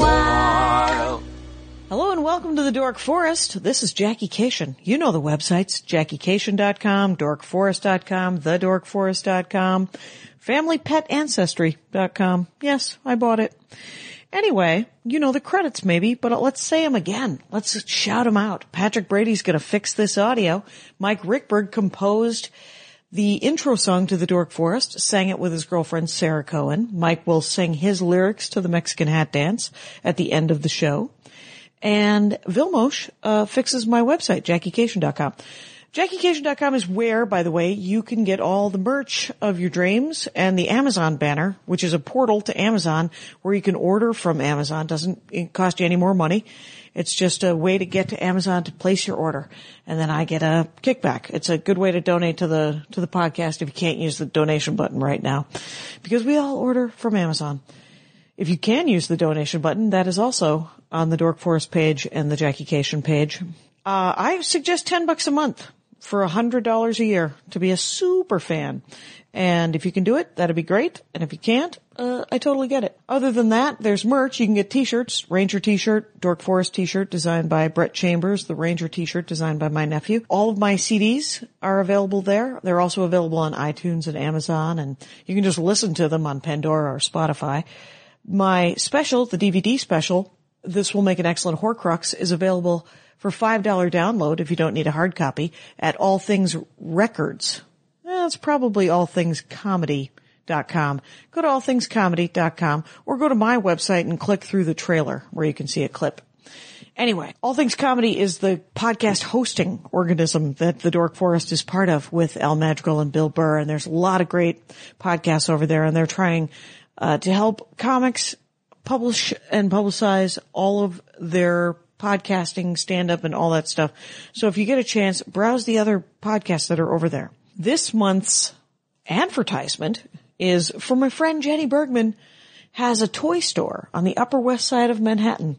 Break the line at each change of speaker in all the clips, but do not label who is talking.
while.
Hello and welcome to the Dork Forest. This is Jackie Cation. You know the websites, jackiecation.com, dorkforest.com, thedorkforest.com, familypetancestry.com. Yes, I bought it. Anyway, you know the credits maybe, but let's say them again. Let's shout them out. Patrick Brady's gonna fix this audio. Mike Rickberg composed the intro song to The Dork Forest, sang it with his girlfriend Sarah Cohen. Mike will sing his lyrics to the Mexican hat dance at the end of the show. And Vilmos uh, fixes my website, JackieCation.com. JackieCation.com is where, by the way, you can get all the merch of your dreams and the Amazon banner, which is a portal to Amazon where you can order from Amazon. Doesn't cost you any more money. It's just a way to get to Amazon to place your order. And then I get a kickback. It's a good way to donate to the, to the podcast if you can't use the donation button right now because we all order from Amazon. If you can use the donation button, that is also on the Dork Forest page and the Jackie Cation page. Uh, I suggest 10 bucks a month for a $100 a year to be a super fan. And if you can do it, that'd be great. And if you can't, uh, I totally get it. Other than that, there's merch. You can get t-shirts, Ranger t-shirt, Dork Forest t-shirt designed by Brett Chambers, the Ranger t-shirt designed by my nephew. All of my CDs are available there. They're also available on iTunes and Amazon and you can just listen to them on Pandora or Spotify. My special, the DVD special, this will make an excellent Horcrux, is available for $5 download if you don't need a hard copy at All Things Records. Eh, That's probably allthingscomedy.com. Go to allthingscomedy.com or go to my website and click through the trailer where you can see a clip. Anyway, All Things Comedy is the podcast hosting organism that the Dork Forest is part of with Al Madrigal and Bill Burr. And there's a lot of great podcasts over there and they're trying uh, to help comics publish and publicize all of their podcasting, stand up and all that stuff. So if you get a chance, browse the other podcasts that are over there. This month's advertisement is for my friend Jenny Bergman has a toy store on the upper west side of Manhattan.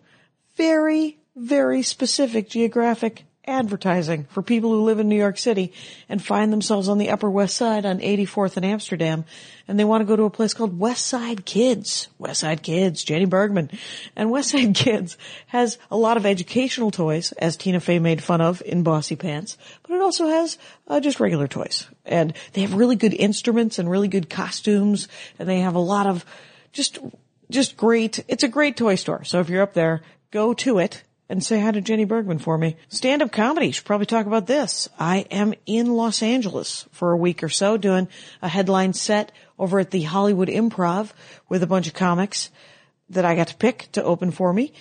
Very, very specific geographic advertising for people who live in New York City and find themselves on the upper west side on 84th and Amsterdam and they want to go to a place called West Side Kids. West Side Kids, Jenny Bergman. And West Side Kids has a lot of educational toys as Tina Fey made fun of in Bossy Pants, but it also has uh, just regular toys. And they have really good instruments and really good costumes and they have a lot of just just great. It's a great toy store. So if you're up there, go to it and say hi to Jenny Bergman for me. Stand up comedy. Should probably talk about this. I am in Los Angeles for a week or so doing a headline set over at the Hollywood Improv with a bunch of comics that I got to pick to open for me.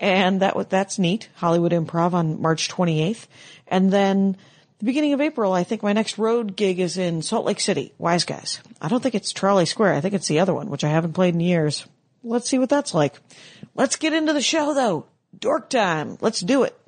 And that wa- that's neat. Hollywood Improv on March 28th. And then the beginning of April, I think my next road gig is in Salt Lake City, Wise Guys. I don't think it's Trolley Square. I think it's the other one, which I haven't played in years. Let's see what that's like. Let's get into the show though. Dork time. Let's do it.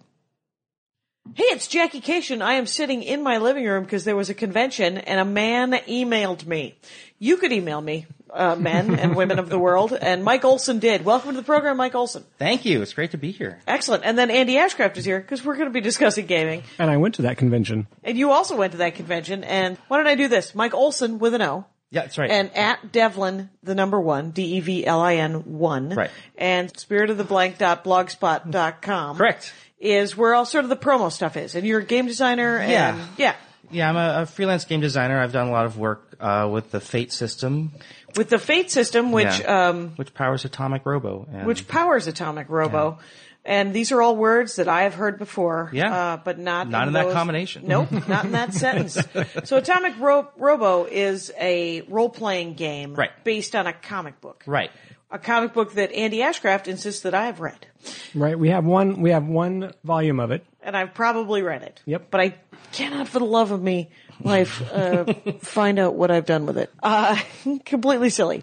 Hey, it's Jackie Cation. I am sitting in my living room because there was a convention and a man emailed me. You could email me, uh, men and women of the world, and Mike Olson did. Welcome to the program, Mike Olson.
Thank you. It's great to be here.
Excellent. And then Andy Ashcraft is here because we're going to be discussing gaming.
And I went to that convention.
And you also went to that convention. And why don't I do this? Mike Olson with an O.
Yeah, that's right.
And at Devlin, the number one, D E V L I N one.
Right.
And spiritoftheblank.blogspot.com.
Correct.
Is where all sort of the promo stuff is. And you're a game designer and
Yeah.
yeah.
yeah, I'm a, a freelance game designer. I've done a lot of work uh, with the Fate system,
With the Fate system, which
Yeah.
um
which powers Atomic Robo. And
which powers Atomic Robo. And these are all words that I have heard before.
Yeah.
Uh, but not
Not in that
those-
combination.
Nope, not in that sentence. So Atomic Ro- Robo is a role playing game
Right.
based on a comic book.
right.
A comic book that Andy Ashcraft insists that I have read.
Right, we have one. We have one volume of it.
And I've probably read it.
Yep.
But I cannot for the love of me life uh, find out what I've done with it. Uh, completely silly.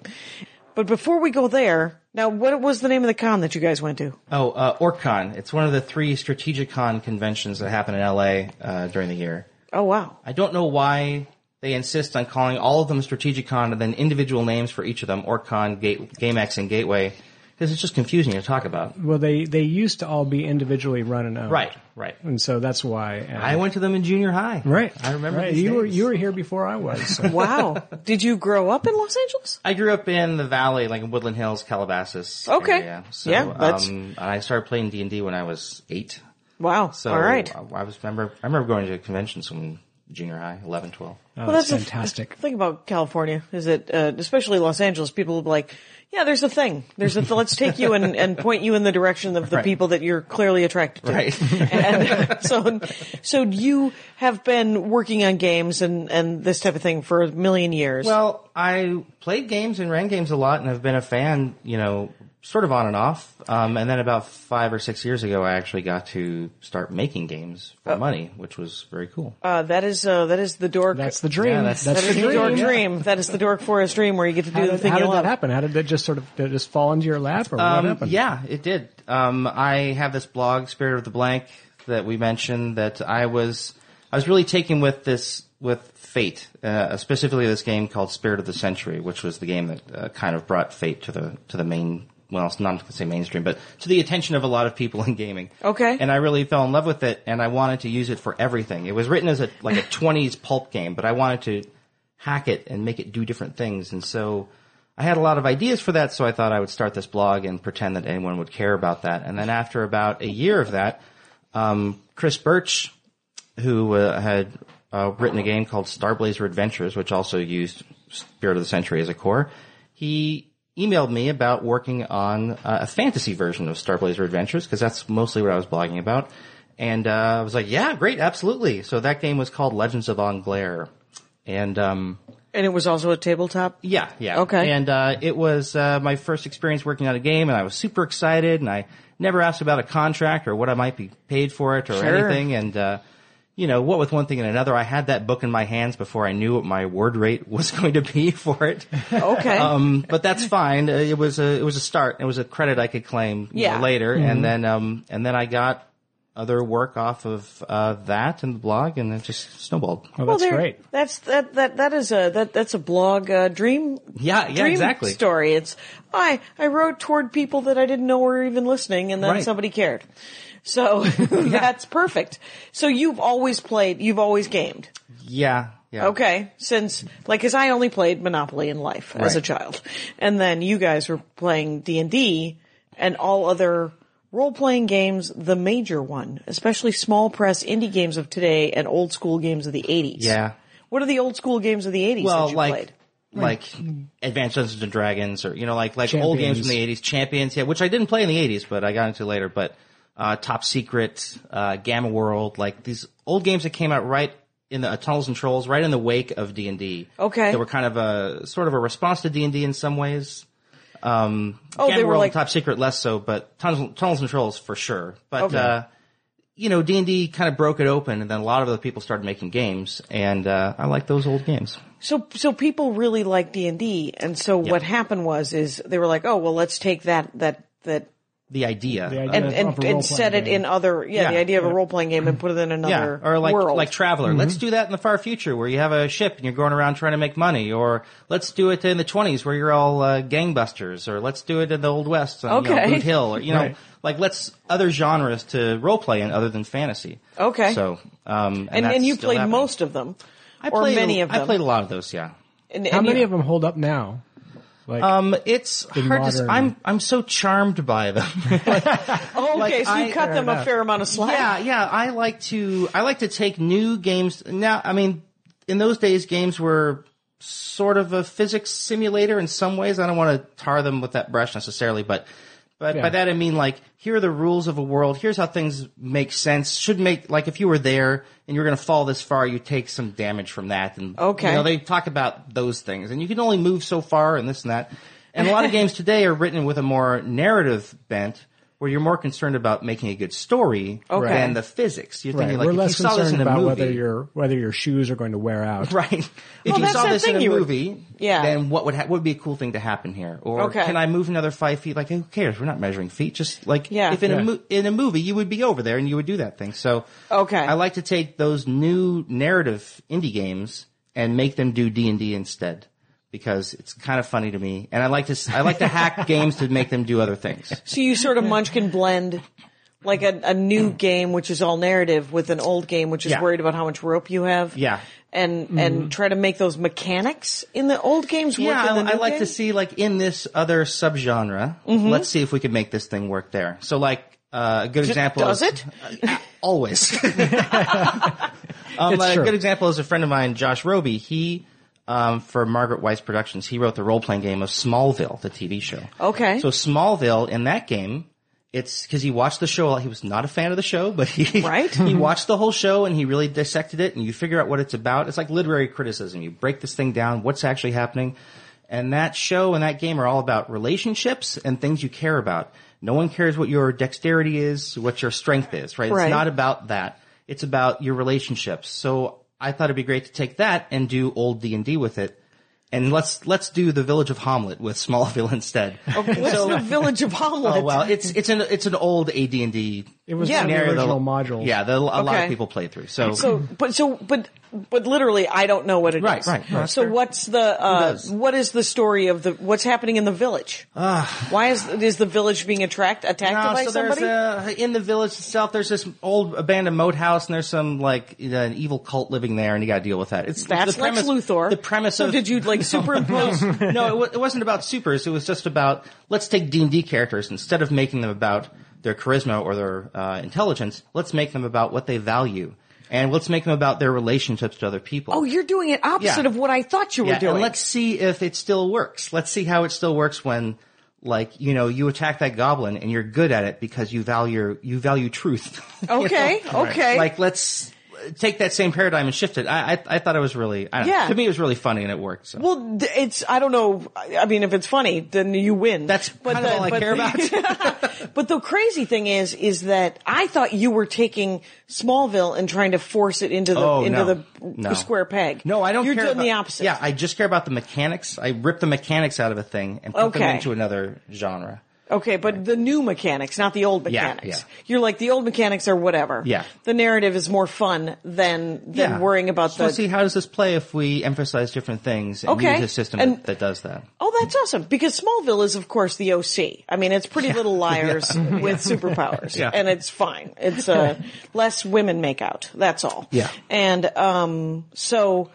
But before we go there, now what was the name of the con that you guys went to?
Oh, uh, OrcCon. It's one of the three Strategicon conventions that happen in LA uh, during the year.
Oh wow.
I don't know why They insist on calling all of them Strategicon and then individual names for each of them, Orcon, Gate, GameX, and Gateway, because it's just confusing to talk about.
Well, they they used to all be individually run and owned,
Right, right.
And so that's why. and-
I went to them in junior high.
right.
I remember
Right.
these
You were
names.
you were here before I was. so-
Wow. Did you grow up in Los Angeles?
I grew up in the valley, like in Woodland Hills, Calabasas.
Okay.
area. So,
Yeah, that's-
um, I started playing D and D when I was eight.
Wow.
So
All right.
I,
uh,
I was remember I remember going to conventions when junior high, 11, 12.
Oh, that's
the f-
fantastic.
thing about California is that, uh, especially Los Angeles, people will be like, yeah, there's a thing. There's a, th- let's take you and, and point you in the direction of the
Right.
people that you're clearly attracted to.
Right.
And so, so you have been working on games and, and this type of thing for a million years.
Well, I played games and ran games a lot, and I've been a fan, you know, sort of on and off. Um, and then about five or six years ago, I actually got to start making games
Oh.
for money, which was very cool.
uh, that is, uh, that is the dork.
That's the dream.
Yeah, that's-
that's
that
the
is the
dream.
dork
yeah.
dream. That is the dork forest dream where you get to do
How
the
did,
thing
how
you
did
love.
that happen? How did that just sort of did it just fall into your lap, or what
Um,
happened?
yeah, it did. Um, I have this blog, Spirit of the Blank, that we mentioned that I was, I was really taken with this, with Fate, uh, specifically this game called Spirit of the Century, which was the game that uh, kind of brought Fate to the, to the main, well, it's not to say mainstream, but to the attention of a lot of people in gaming.
Okay.
And I really fell in love with it and I wanted to use it for everything. It was written as a, like a 20s pulp game, but I wanted to, hack it and make it do different things. And so I had a lot of ideas for that, so I thought I would start this blog and pretend that anyone would care about that. And then after about a year of that, um, Chris Birch, who uh, had uh, written a game called Starblazer Adventures, which also used Spirit of the Century as a core, he emailed me about working on uh, a fantasy version of Starblazer Adventures because that's mostly what I was blogging about. And uh, I was like, "Yeah, great, absolutely." So that game was called Legends of Anglaire, and um,
And it was also a tabletop.
yeah, yeah.
Okay.
And uh, it was uh, my first experience working on a game, and I was super excited, and I never asked about a contract or what I might be paid for it or
Sure.
anything. And uh, you know, what with one thing and another, I had that book in my hands before I knew what my word rate was going to be for it.
Okay.
Um, but that's fine. Uh, It was a it was a start. It was a credit I could claim you know,
Yeah. Mm-hmm.
later, and then um, and then I got other work off of uh, that and the blog, and it just snowballed.
Oh, that's
there-
great.
That's that that that is a that that's a blog uh, dream.
Yeah, yeah,
dream
exactly.
Story. It's I I wrote toward people that I didn't know were even listening, and then
Right.
somebody cared. So that's perfect. So you've always played. You've always gamed.
Yeah. Yeah.
Okay, since like, cause I only played Monopoly in life as a
Right.
child, and then you guys were playing D and D and all other role playing games, the major one, especially small press indie games of today and old school games of the eighties.
Yeah.
What are the old school games of the eighties
well,
that you
like
played?
like Advanced Dungeons and Dragons, or you know, like like old games from
Champions.
the '80s, Champions, yeah, which I didn't play in the '80s, but I got into later. But uh, Top Secret, uh, Gamma World, like these old games that came out right in the uh, Tunnels and Trolls, right in the wake of D and D.
Okay.
they were kind of a sort of a response to D and D in some ways. Um,
Oh,
Gamma
they were
World
like-
and Top Secret less so, but Tunnels, Tunnels and Trolls for sure. But
Okay.
uh, you know, D and D kind of broke it open, and then a lot of other people started making games, and uh, I like those old games.
So, so people really like D and D, and so what happened was is they were like, oh well, let's take that that that
the idea.
The idea
and
of
and,
proper
and
role-playing
set it
game.
in other yeah, the
Yeah.
idea of a role playing game and put it in
yeah,
another
or like
world.
like Traveler. Let's
Mm-hmm.
do that in the far future where you have a ship and you're going around trying to make money, or let's do it in the 20s where you're all uh, gangbusters, or let's do it in the Old West on you know,
Okay.
Boot Hill, or you know,
Right.
like let's other genres to role play in other than fantasy.
Okay.
So, um, and,
and,
that's
and you
still
played
happening.
most of them,
I
or
played a-
many of them.
I played a lot of those. Yeah.
And-
How
and
many
you-
of them hold up now? Like,
Um, it's hard to. s-
modern-
I'm I'm so charmed by them.
Oh, okay, so you
I-
cut
fair
them a
enough.
fair amount of slack.
Yeah, yeah. I like to I like to take new games. Now, I mean, in those days, games were sort of a physics simulator in some ways. I don't want to tar them with that brush necessarily, but but by
Yeah.
that I mean like here are the rules of a world. Here's how things make sense. Should make like if you were there and you're going to fall this far, you take some damage from that. And
Okay.
you know, they talk about those things, and you can only move so far and this and that. And a lot of games today are written with a more narrative bent, where you're more concerned about making a good story
Okay.
than the physics. You're
right.
thinking like
We're
if
less
you saw this
concerned
in a
about
movie,
whether your whether your shoes are going to wear out.
right? If you
that's
saw
the
this in
thing
a
you were-
movie,
Yeah.
then what would ha- what would be a cool thing to happen here? Or
Okay.
can I move another five feet? Like who cares? We're not measuring feet. Just like
Yeah.
if in
Yeah.
a mo- in a movie you would be over there and you would do that thing. So
Okay.
I like to take those new narrative indie games and make them do D and D instead because it's kind of funny to me, and I like to s- I like to hack games to make them do other things.
So you sort of munchkin blend like a, a new game, which is all narrative, with an old game, which is
Mm. Yeah.
worried about how much rope you have.
Yeah. Mm.
And and try to make those mechanics in the old games Mm-hmm. work.
Yeah,
in the
I, I
new
like to
game?
see like in this other subgenre. Let's see if we can make this thing work there. So like uh, a good example
does
is,
it?
Uh, always. um, like, a
true.
good example is a friend of mine, Josh Roby. He um, for Margaret Weiss Productions, he wrote the role playing game of Smallville, the TV show.
Okay.
So Smallville in that game. It's because he watched the show. He was not a fan of the show, but he
Right.
he watched the whole show and he really dissected it. And you figure out what it's about. It's like literary criticism. You break this thing down. What's actually happening? And that show and that game are all about relationships and things you care about. No one cares what your dexterity is, what your strength is, right?
Right.
It's not about that. It's about your relationships. So I thought it'd be great to take that and do old D and D with it. And let's, let's do the village of Hamlet with Smallville instead. Okay.
Oh, What's the village of Hamlet?
Oh well, it's it's an it's an old AD and D.
It was
Yeah.
one of
Narrow
the
scenario that-
original modules.
Yeah, that a lot
Okay.
of people play through. So,
So, but so, but, but literally, I don't know what it is.
Right, right, right.
So, what's the uh, what is the story of the what's happening in the village? Why is is the village being attract attacked
Ah. No,
by
so there's
somebody?
uh in the village itself. There's this old abandoned moat house, and there's some like you know, an evil cult living there, and you got to deal with that. It's
That's
the premise,
Lex Luthor.
The premise
So
of Oh,
did you like superimpose?
no, it, w- it wasn't about supers. It was just about let's take D and D characters instead of making them about their charisma or their uh, intelligence. Let's make them about what they value, and let's make them about their relationships to other people.
oh, you're doing it opposite
Yeah.
of what I thought you were doing.
And let's see if it still works. Let's see how it still works when, like, you know, you attack that goblin and you're good at it because you value you value truth. You
Okay,
know?
okay.
Like, let's take that same paradigm and shift it. I I, I thought it was really, I don't
Yeah.
know, to me, it was really funny and it worked. So.
Well, d- it's I don't know. I I mean, if it's funny, then you win.
That's kind of all I care
about. but the crazy thing is, is that I thought you were taking Smallville and trying to force it into the
Oh,
into
no.
the
No.
square peg.
no, I don't.
You're
care
doing the
about-
opposite.
Yeah, I just care about the mechanics. I rip the mechanics out of a thing and put them
Okay.
into another genre.
Okay, but the new mechanics, not the old
Yeah,
mechanics.
yeah.
You're like the old mechanics are whatever.
Yeah.
The narrative is more fun than than worrying about
So
the
let's see how does this play if we emphasize different things and
Okay.
use a system
And-
that, that does that.
Oh, that's awesome. Because Smallville is, of course, the OC. I mean, it's Pretty Little Liars with superpowers.
Yeah.
And it's fine. It's, uh, less women make out. That's all.
Yeah.
And, um, so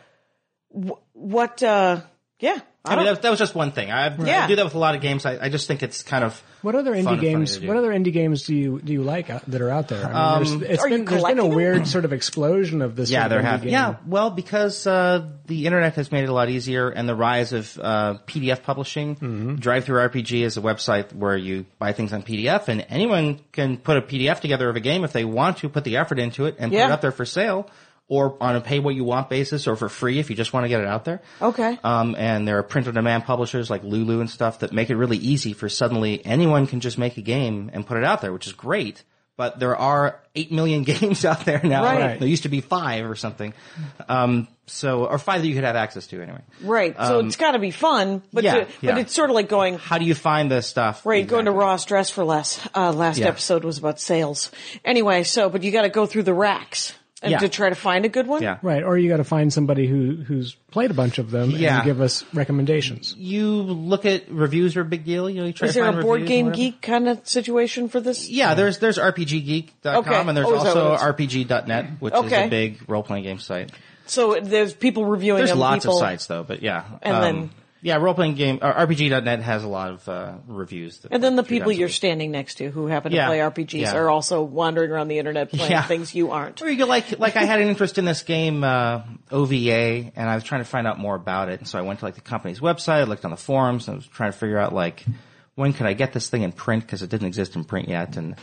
w- what, uh, yeah. I
I mean,
don't-
that, that was just one thing. I,
Yeah.
I do that with a lot of games. I, I just think it's kind of
What other
fun
indie
and funny
games?
to do. Um,
What other indie games do you do you like out, that are out there? I mean, there's, it's
are you
been, there's been
collecting
a
them?
weird sort of explosion of this.
yeah,
sort of
there
indie
have.
game.
Yeah, well, because uh, the internet has made it a lot easier, and the rise of uh, PDF publishing.
Mm-hmm.
Drive Through RPG is a website where you buy things on PDF, and anyone can put a PDF together of a game if they want to, put the effort into it, and
Yeah.
put it up there for sale, or on a pay what you want basis, or for free if you just want to get it out there.
Okay.
Um, and there are print on demand publishers like Lulu and stuff that make it really easy for suddenly anyone can just make a game and put it out there, which is great. But there are 8 million games out there now.
Right.
There used to be five or something. Um, so, or five that you could have access to anyway.
right. So it's gotta be fun, but,
um, yeah,
to-
yeah.
but it's sort of like going,
How do you find this stuff?
Right, going to
Exactly.
Ross Dress for Less. Uh, last
Yeah.
episode was about sales. Anyway, so, but you gotta go through the racks and
Yeah.
to try to find a good one.
Yeah.
Right, or you got to find somebody who who's played a bunch of them
Yeah.
and give us recommendations.
You look at reviews are a big deal. You know, you try
Is
to
there
find
a board
reviews and
game
whatever.
geek kind of situation for this?
Yeah, there's there's RPGgeek.com
Okay.
and there's
Oh, is that
also
what it's-
RPG.net, which is
Okay.
a big role playing game site.
So there's people reviewing
There's
them.
lots
people-
of sites though, but yeah. um,
And then-
yeah, role playing game uh, or RPG.net has a lot of uh, reviews. That
And then the
shoot
people
out to
you're standing next to who happen to
Yeah.
play RPGs
Yeah.
are also wandering around the internet playing
Yeah.
things you aren't.
Or you could like like I had an interest in this game uh, OVA, and I was trying to find out more about it. And so I went to like the company's website, I looked on the forums, and I was trying to figure out like when could I get this thing in print because it didn't exist in print yet. And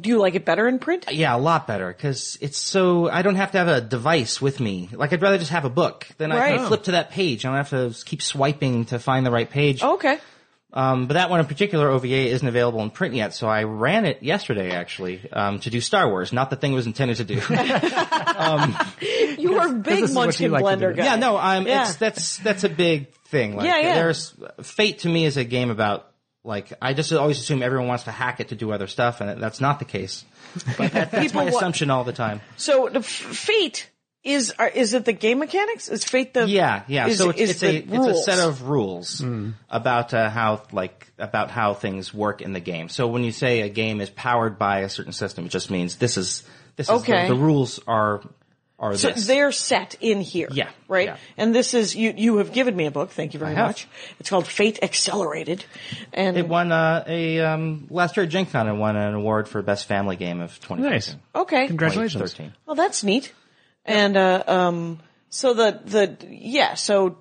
Do you like it better in print?
yeah, a lot better because it's so I don't have to have a device with me. Like I'd rather just have a book. Then I
Right.
can flip to that page. I don't have to keep swiping to find the right page.
Okay.
Um, but that one in particular, OVA, isn't available in print yet. So I ran it yesterday, actually, um, to do Star Wars, not the thing it was intended to do.
You are a
this
big
is what
munchkin
you like to do.
blender guy.
yeah, no, um,
Yeah.
It's, that's that's a big thing. Like,
Yeah, yeah.
There's Fate to me is a game about like I just always assume everyone wants to hack it to do other stuff, and that's not the case. But that, that's
People
my
wa-
assumption all the time.
So the f- fate Is are, is it the game mechanics? Is fate the
Yeah, yeah.
Is,
so it's,
is
it's
the
a it's a
rules?
set of rules
Hmm.
about uh, how like about how things work in the game. So when you say a game is powered by a certain system, it just means this is this
Okay.
is the, the rules are are
So
this.
they're set in here.
Yeah,
Right?
yeah.
And this is, you, you have given me a book. Thank you very
have.
much. It's called Fate Accelerated. And,
It won uh, a um, last year at Gen Con and won an award for best family game of 2013.
Nice.
okay.
Congratulations.
2013.
Well, that's neat. And, uh, um, so the, the, yeah, so,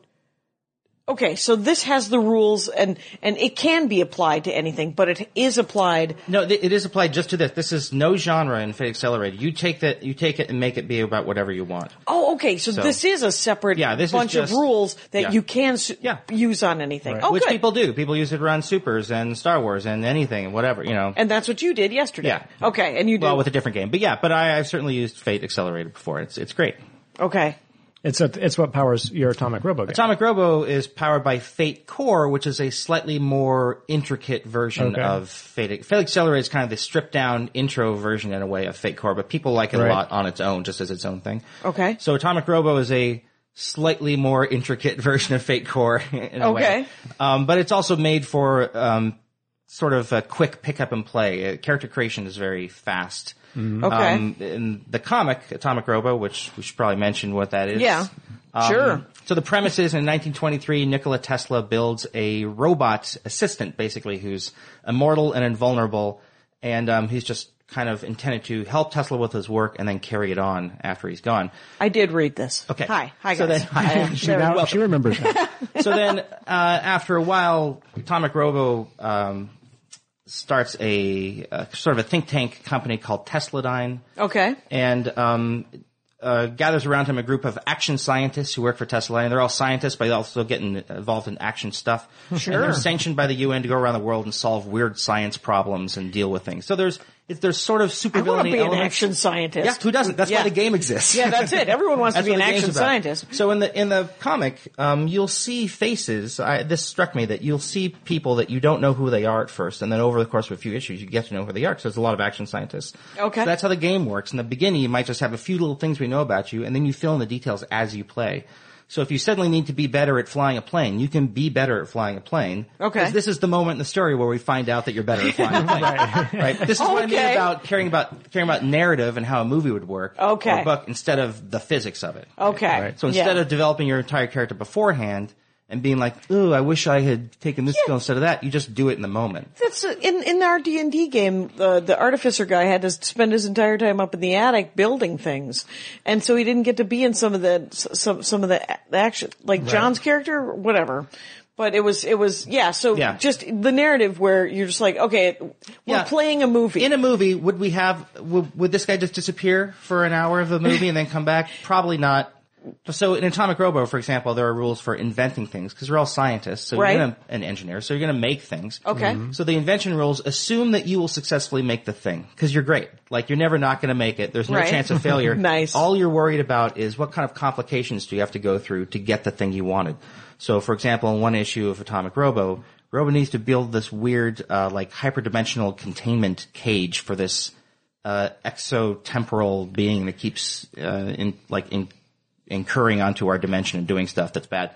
okay, so this has the rules and, and it can be applied to anything, but it is applied.
No, th- it is applied just to this. This is no genre in Fate Accelerated. You take that, you take it, and make it be about whatever you want.
Oh, okay, so, this is a separate
Yeah, this is
bunch
just-
of rules that
yeah.
you can s-
Yeah.
use on anything. Oh,
Which
good.
people do. People use it around Supers and Star Wars and anything and whatever, you know.
and that's what you did yesterday.
Yeah.
Okay, and you did.
well, with a different game. But yeah, but I, I've certainly used Fate Accelerated before. It's it's great.
okay.
It's a, it's what powers your atomic robo game.
Atomic Robo is powered by Fate Core, which is a slightly more intricate version
Okay.
of Fate. Fate Accelerated is kind of the stripped down intro version in a way of Fate Core, but people like it
Right.
a lot on its own, just as its own thing.
Okay.
So Atomic Robo is a slightly more intricate version of Fate Core in a
Okay.
way. Um, but it's also made for um, sort of a quick pick up and play. Uh, character creation is very fast.
Okay.
Um, in the comic Atomic Robo, which we should probably mention what that is.
Yeah.
um,
Sure.
So the premise is in 1923, Nikola Tesla builds a robot assistant, basically, who's immortal and invulnerable, and um, he's just kind of intended to help Tesla with his work and then carry it on after he's gone.
I did read this.
Okay.
Hi. Hi, guys.
So then-
Hi.
She,
There we
now-
go.
she remembers that.
so then, uh, after a while, Atomic Robo um, starts a, a sort of a think tank company called Tesladyne,
Okay.
and um, uh, gathers around him a group of action scientists who work for Tesladyne. They're all scientists, but they also get in, involved in action stuff. Sure. And they're sanctioned by the UN to go around the world and solve weird science problems and deal with things. So there's it's, there's sort
I
of
want
supervillainy
to be an
elements.
action scientist.
Yeah, who doesn't? That's
Yeah.
why the game exists.
Yeah, that's it. Everyone wants to
That's
be
what
an
the game's
action
about.
scientist.
So in the in the comic, um, you'll see faces. I, this struck me that you'll see people that you don't know who they are at first, and then over the course of a few issues, you get to know who they are. So there's a lot of action scientists.
Okay.
So that's how the game works. In the beginning, you might just have a few little things we know about you, and then you fill in the details as you play. So if you suddenly need to be better at flying a plane, you can be better at flying a plane.
Okay.
'Cause This is the moment in the story where we find out that you're better at flying a plane. right. This is what I mean
Okay.
about caring about caring about narrative and how a movie would work.
Okay.
Or a book instead of the physics of it.
Okay.
Right.
So instead
Yeah.
of developing your entire character beforehand and being like, "Ooh, I wish I had taken this skill instead of that," you just do it in the moment.
That's uh, in in our D and D game. The the artificer guy had to spend his entire time up in the attic building things, and so he didn't get to be in some of the s- some some of the a- the action, like John's character, whatever. But it was it was yeah. So
Yeah.
just the narrative where you're just like, okay, we're
Yeah.
playing a movie.
In a movie, would we have would, would this guy just disappear for an hour of the movie and then come back? Probably not. So in Atomic Robo, for example, there are rules for inventing things because we're all scientists, so
Right.
you're gonna, and engineers, so you're going to make things.
Okay. Mhm.
So the invention rules assume that you will successfully make the thing because you're great. Like you're never not going to make it. There's no
Right.
chance of failure.
Nice.
All you're worried about is what kind of complications do you have to go through to get the thing you wanted. So, for example, in one issue of Atomic Robo, Robo needs to build this weird, uh, like hyperdimensional containment cage for this uh, exotemporal being that keeps uh, in like in, incurring onto our dimension and doing stuff that's bad.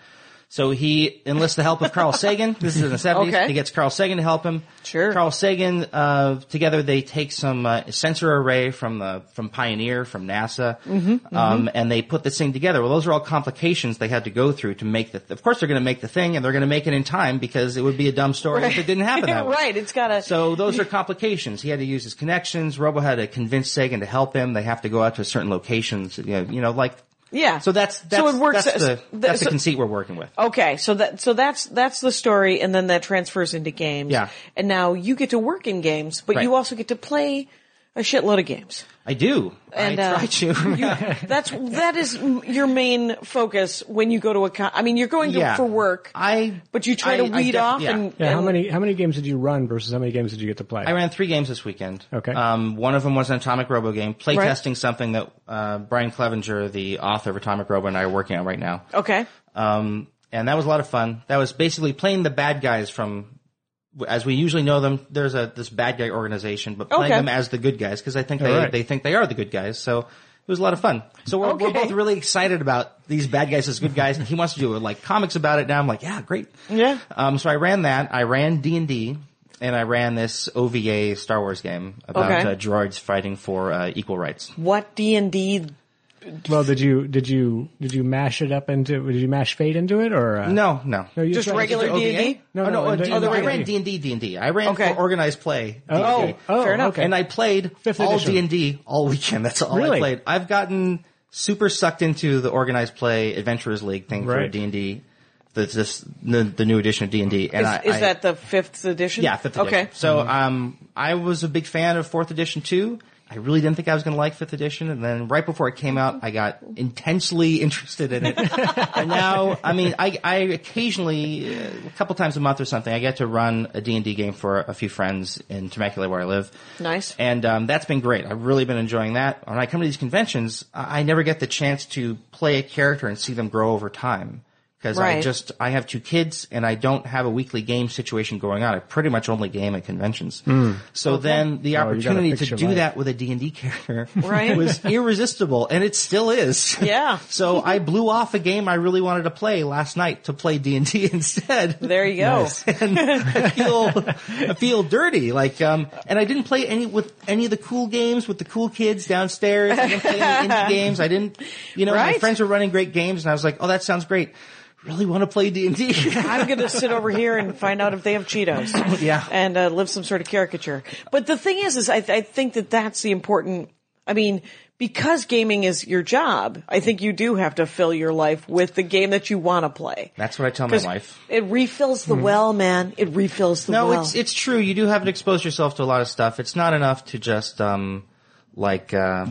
So he enlists the help of Carl Sagan. This is in the 70s.
Okay.
He gets Carl Sagan to help him.
Sure.
Carl Sagan, uh, together they take some uh, sensor array from the from Pioneer from NASA,
Mm-hmm,
um, and they put this thing together. Well, those are all complications they had to go through to make the. of course, they're going to make the thing, and they're going to make it in time because it would be a dumb story if it didn't happen that way.
right. It's got a
So those are complications. He had to use his connections. Robo had to convince Sagan to help him. They have to go out to certain locations. You know, you know like
Yeah.
So that's, that's
So it works
That's,
as-
the,
the-
that's
so- Oh.
the conceit we're working with.
Okay, so that so that's that's the story, and then that transfers into games.
Yeah.
And now you get to work in games, but you
Right.
also get to play a shitload of games.
I do.
And,
I
uh,
try to.
That's that is m- your main focus when you go to a con. I mean, you're going to,
Yeah.
for work.
I-
but you try to
I- I
weed
def-
off
yeah.
and,
Yeah, how
and-
many how many games did you run versus how many games did you get to play?
I ran three games this weekend.
Okay.
Um, one of them was an Atomic Robo game, playtesting
Right.
testing something that uh, Brian Clevenger, the author of Atomic Robo, and I are working on right now.
Okay.
Um, and that was a lot of fun. That was basically playing the bad guys from, as we usually know them. There's a this bad guy organization, but playing
Okay.
them as the good guys because I think they
All right.
they think they are the good guys. So It was a lot of fun. So we're, we're
Okay.
both really excited about these bad guys as good guys, and he wants to do like comics about it. Now I'm like, yeah, great.
Yeah.
Um, so I ran that. I ran D and D, and I ran this OVA Star Wars game about
Okay.
uh, droids fighting for uh, equal rights.
What D and D?
Well, did you did you did you mash it up into? Did you mash Fate into it or uh,
No, no,
No, you
Just
tried-
regular
OVA?
D&D?
No, no,
no,
uh,
the-
D-
oh, the
I
regular
ran D and D, D and D. I ran
Okay.
for organized play.
Oh,
D&D.
oh,
Fair enough.
Okay.
and I played
Fifth
all
edition.
D and D all weekend. That's all I
Really?
played. I've gotten super sucked into the organized play Adventurers League thing for
Right.
D and D. That's just the, the new edition of D and D. And
Is,
I,
is
I-
that the fifth edition?
yeah fifth edition?
Okay. Mm-hmm.
So um, I was a big fan of fourth edition too. I really didn't think I was going to like fifth edition, and then right before it came out, I got intensely interested in it. and now, I mean, I, I occasionally, uh, a couple times a month or something, I get to run a D and D game for a few friends in Temecula where I live.
Nice.
And um, that's been great. I've really been enjoying that. When I come to these conventions, I I never get the chance to play a character and see them grow over time because I
Right.
just I have two kids and I don't have a weekly game situation going on. I pretty much only game at conventions. So then the
Hmm. Oh, you gotta
opportunity
fix
to
your
do
life.
that with a D&D character
Right.
was irresistible and it still is.
Yeah.
so I blew off a game I really wanted to play last night to play D&D instead
There you go.
and I feel I feel dirty. Like, um, and I didn't play any with any of the cool games with the cool kids downstairs. I didn't play any indie games. I didn't, you know, my
Right.
friends were running great games, and I was like, oh, that sounds great. Really want to play D and D.
I'm going to sit over here and find out if they have Cheetos.
Yeah.
And uh, live some sort of caricature. But the thing is, is I, I think that that's the important, I mean, because gaming is your job, I think you do have to fill your life with the game that you want to play.
That's what I tell my
'Cause
wife.
It refills the well, man. It refills the
Mm-hmm. No,
well.
it's it's true. You do have to expose yourself to a lot of stuff. It's not enough to just um like uh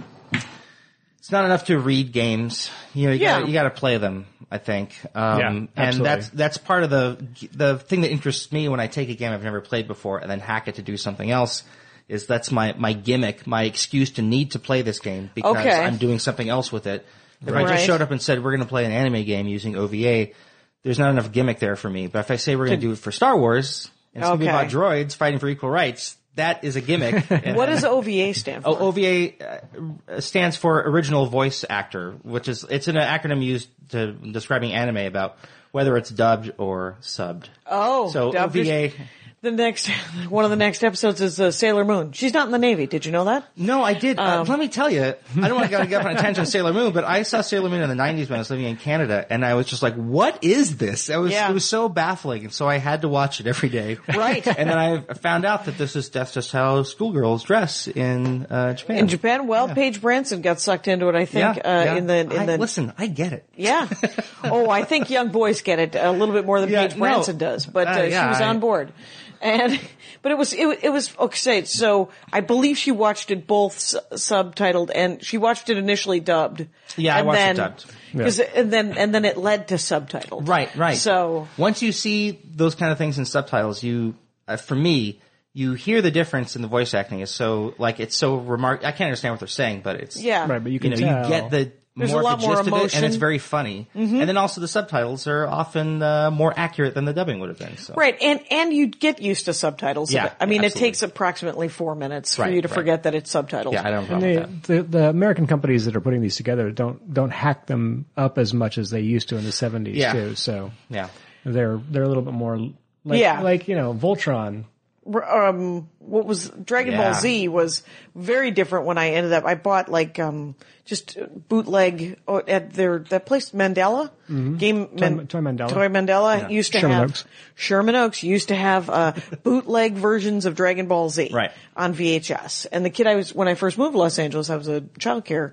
it's not enough to read games. You know, you
Yeah.
gotta, you gotta play them, I think. Um
Yeah,
and
absolutely.
that's that's part of the the thing that interests me when I take a game I've never played before and then hack it to do something else is that's my my gimmick, my excuse to need to play this game because
Okay.
I'm doing something else with it. If I
Right.
just showed up and said we're going to play an anime game using OVA, there's not enough gimmick there for me. But if I say we're going to do it for Star Wars, and it's going to be
Okay.
about droids fighting for equal rights, that is a gimmick. And
what does OVA stand for?
Oh, O- OVA uh, stands for Original Voice Actor, which is it's an acronym used to describing anime about whether it's dubbed or subbed.
Oh,
so
dubbed is-
OVA.
The next, one of the next episodes is uh, Sailor Moon. She's not in the Navy. Did you know that?
No, I did.
Um.
uh, let me tell you, I don't want to get up on a tangent on Sailor Moon, but I saw Sailor Moon in the '90s when I was living in Canada, and I was just like, "What is this?" It was
Yeah.
it was so baffling, and so I had to watch it every day.
Right.
And then I found out that this is that's just how schoolgirls dress in uh, Japan.
In Japan, well, Paige Branson got sucked into it, I think, uh,
yeah.
in the, in
I-
the,
listen, I get it.
Yeah. Oh, I think young boys get it a little bit more than
Yeah,
Paige
no.
Branson does, but uh,
Uh, yeah,
she was
I-
on board. And but it was it, wa- it was okay. So I believe she watched it both s- subtitled and she watched it initially dubbed.
Yeah, I
and
watched it
then,
dubbed.
'cause- and then and then it led to subtitled.
Right, right.
So
once you see those kind of things in subtitles, you, uh, for me, you hear the difference in the voice acting. Is so like it's so remark. I can't understand what they're saying, but it's
yeah,
Right, but you
you
can
know
tell.
you get the
There's
more
a lot
of the
more
gist of it, and it's
emotion. Mm-hmm.
very funny. And then also the subtitles are often uh, more accurate than the dubbing would have been. So.
Right, and and you get used to subtitles.
Yeah,
I mean,
absolutely.
it takes approximately four minutes for
Right,
you to
right.
forget that it's subtitled.
Yeah, I don't have a
And
problem with that.
they, the, the American companies that are putting these together don't don't hack them up as much as they used to in the seventies
Yeah.
too. So
Yeah.
they're they're a little bit more like
Yeah.
like you know Voltron.
um what was Dragon
Yeah.
Ball Z was very different when I ended up I bought like um just bootleg oh, at their that place Mandela game Man-
Mm-hmm. Toy Mandela.
Toy Mandela used to
Sherman
have
Oaks.
Sherman Oaks used to have uh bootleg versions of Dragon Ball Z
Right.
on VHS and the kid I was when I first moved to Los Angeles I was a childcare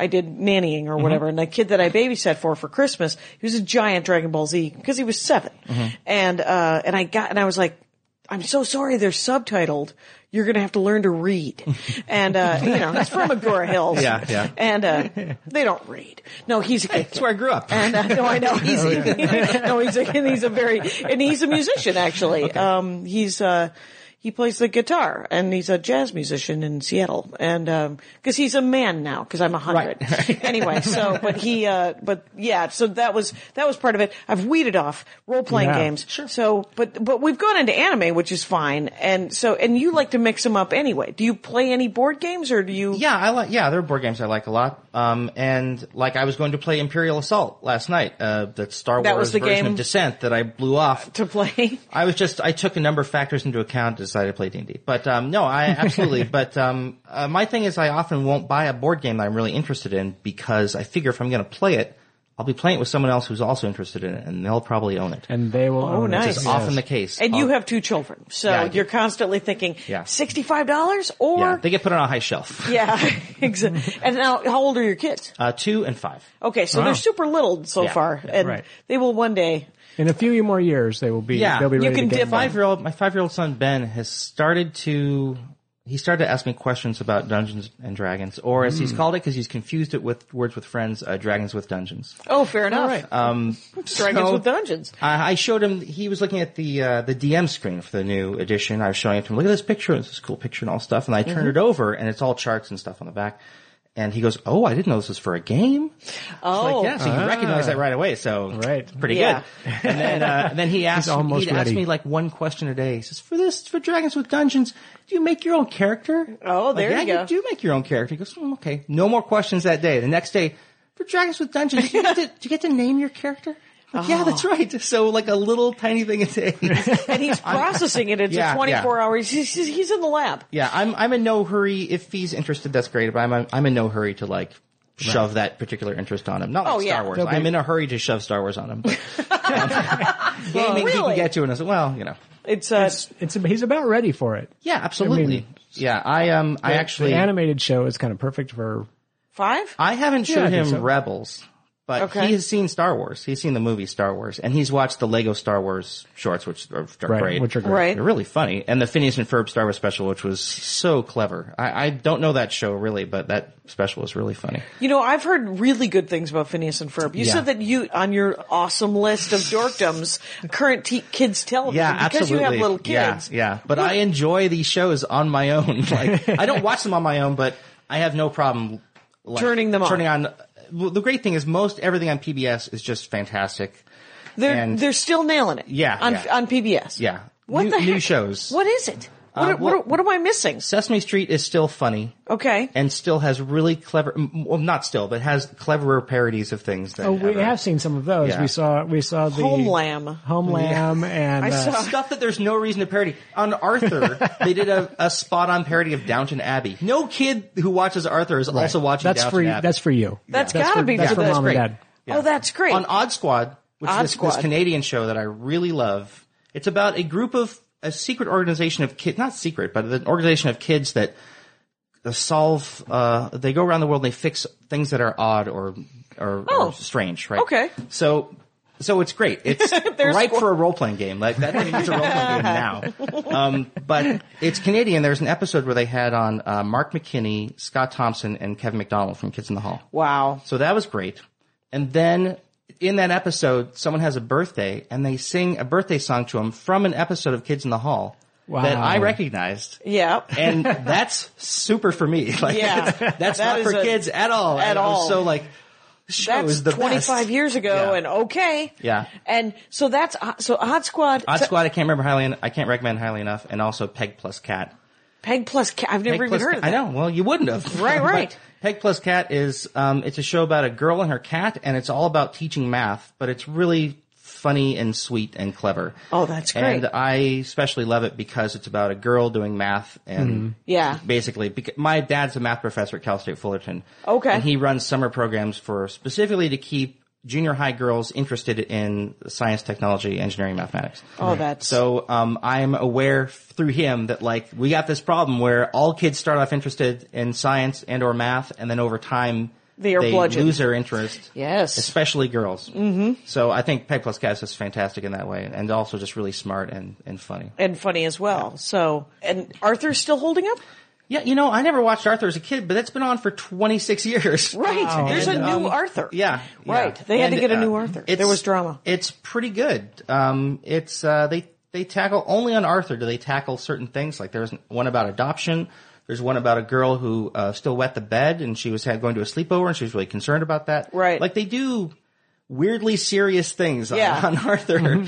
I did nannying
Mm-hmm.
or whatever, and the kid that I babysat for for Christmas, he was a giant Dragon Ball Z because he was 7
Mm-hmm.
and uh, and I got and I was like, I'm so sorry they're subtitled. You're going to have to learn to read. And, uh, you know, it's from Agora Hills.
Yeah, yeah.
And, uh, they don't read. No, he's a good
That's
kid.
where I grew up.
And uh, no, I know he's no, he's a, and he's a very and he's a musician actually. Um, he's uh, he plays the guitar and he's a jazz musician in Seattle. And, um, cause he's a man now cause I'm a hundred. anyway, so, but he, uh, but yeah, so that was, that was part of it. I've weeded off role playing
Yeah.
games. Sure. So, but, but we've gone into anime, which is fine. And so, and you like to mix them up anyway. Do you play any board games or do you?
Yeah, I like. Yeah, there are board games I like a lot. Um, and like I was going to play Imperial Assault last night. Uh, that Star
That
Wars
was the
version
game-
of Descent that I blew off.
To play.
I was just I took a number of factors into account, and decided to play D and D. But um, no, I absolutely. but um, uh, my thing is, I often won't buy a board game that I'm really interested in because I figure if I'm going to play it, I'll be playing it with someone else who's also interested in it, and they'll probably own it.
and they will.
Oh,
own it.
nice.
It's often the case.
And you
Um,
have two children, so
Yeah, I do.
you're constantly thinking,
Yeah.
$65 or?
yeah, they get put on a high shelf.
Yeah, exactly. And now, how old are your kids?
Uh, two and five.
Okay, so
Wow.
they're super little so
Uh-huh. Yeah,
far,
yeah,
and
right.
they will one day.
In a few more years, they will be.
Yeah,
they'll be
you
ready
can
to
dip
game
five year old my five year old son Ben has started to he started to ask me questions about Dungeons and Dragons, or as he's called it, because he's confused it with Words with Friends, uh, Dragons with Dungeons.
Oh, fair enough. Um, Dragons
so-
with Dungeons.
I I showed him. He was looking at the uh, the DM screen for the new edition. I was showing it to him. Look at this picture. It's this cool picture and all stuff. And I turned it over, and it's all charts and stuff on the back. And he goes, "Oh, I didn't know this was for a game."
Oh,
Like, yeah, so you recognize that right away. So
Ah. Right.
it's pretty
Yeah.
good. And then, uh, and then he asked,
almost
he'd asked
ready.
me like one question a day. He says, for this, for Dragons with Dungeons, do you make your own character?
Oh,
Like,
there
yeah,
you go.
do make your own character. He goes, "Mm, okay, no more questions that day. The next day, for Dragons with Dungeons, do you get to, do you get to name your character?
Oh.
Like, Yeah, that's right. So like a little tiny thing a day.
and he's processing it. It's
Yeah, yeah.
24 hours. He's, he's- he's in the lab.
yeah, I'm, I'm in no hurry. If he's interested, that's great. But I'm, I'm in no hurry to like, Shove that particular interest on him. Not like
Oh, yeah.
Star Wars.
They'll be-
I'm in a hurry to shove Star Wars on him. But um, gaming he
Really?
can get to and I said, well, you know.
It's, uh,
It's he's about ready for it.
Yeah, absolutely.
I mean,
yeah, I um I actually
the animated show is kind of perfect for.
five?
I haven't
I
shown him
think so.
Rebels, but
Okay.
he has seen Star Wars. He's seen the movie Star Wars and he's watched the Lego Star Wars shorts which are, are
Right,
great.
which are great.
Right.
They're really funny and the Phineas and Ferb Star Wars special which was so clever. I, I don't know that show really, but that special was really funny.
You know, I've heard really good things about Phineas and Ferb. You
Yeah.
said that you, on your awesome list of dorkdoms, current te- kids television,
Yeah,
because
absolutely.
you have little kids.
Yeah, yeah. But I enjoy these shows on my own. Like I don't watch them on my own, but I have no problem like,
Turning them on.
Turning on. Well, the great thing is most everything on PBS is just fantastic.
They're,
And-
they're still nailing it.
Yeah,
On,
yeah.
on PBS.
Yeah.
What
new,
the heck?
new shows?
What is it? What,
Uh,
are- what, are-
well-
what am I missing?
Sesame Street is still funny
Okay.
and still has really clever. m- Well, not still, but has cleverer parodies of things. Than
Oh, we
ever.
have seen some of those.
Yeah.
We saw we saw the
Home Lamb.
Home Lamb, and
I
uh,
saw-
Stuff that there's no reason to parody. On Arthur, they did a, a spot-on parody of Downton Abbey. No kid who watches Arthur is also watching
that's
Downton
for
Abbey.
that's for you.
That's
That's
gotta
for-
be
that's
for
for
the-
mom and
great.
dad.
Oh, that's great.
on Odd Squad, which
Odd
is this,
Squad.
this Canadian show that I really love. It's about a group of a secret organization of kids, not secret, but an organization of kids that solve. Uh, they go around the world and they fix things that are odd or or,
Oh.
or strange, right?
Okay.
So. So it's great. It's ripe for a role playing game. Like that thing needs a role playing game now. Um, but it's Canadian. There's an episode where they had on uh, Mark McKinney, Scott Thompson, and Kevin McDonald from Kids in the Hall.
Wow.
So that was great. And then in that episode, someone has a birthday and they sing a birthday song to him from an episode of Kids in the Hall
Wow.
that I recognized.
Yeah.
And that's super for me. Like,
Yeah.
that's
That
not for
is a-
kids at all.
at
And I was
all.
So like, this show
That's
is the
25
best.
years ago
Yeah.
and okay.
Yeah.
And so that's, uh, so Odd Squad,
Odd Squad, I can't remember highly. en- I can't recommend highly enough. And also Peg Plus Cat.
Peg plus Cat. I've never
Peg
even
Plus
heard of
Cat-
that.
I know. Well, you wouldn't have.
Right,
But
right.
Peg Plus Cat is um, it's a show about a girl and her cat, and it's all about teaching math, but it's really funny and sweet and clever.
Oh, that's great.
And I especially love it because it's about a girl doing math and
Yeah.
basically because my dad's a math professor at Cal State Fullerton.
Okay.
And he runs summer programs for specifically to keep junior high girls interested in science, technology, engineering, mathematics.
Oh, that's,
So um, I'm aware through him that like we got this problem where all kids start off interested in science and or math, and then over time
They are bludgeoned.
lose their interest.
yes.
Especially girls. Mm-hmm. So I think Peg Plus Cat is just fantastic in that way, and also just really smart and, and funny.
And funny as well. So, and Arthur's still holding up?
Yeah, you know, I never watched Arthur as a kid, but that's been on for 26 years.
Right. There's a
And,
new
um,
Arthur.
Yeah, yeah.
Right. They had to
And,
get a
uh,
new Arthur.
it's-
There was drama.
It's pretty good. Um, it's uh, they they tackle only on Arthur do they tackle certain things. Like there's one about adoption. There's one about a girl who uh, still wet the bed and she was had, going to a sleepover and she was really concerned about that.
Right.
Like they do weirdly serious things on-
Yeah. Mm-hmm.
on, Arthur.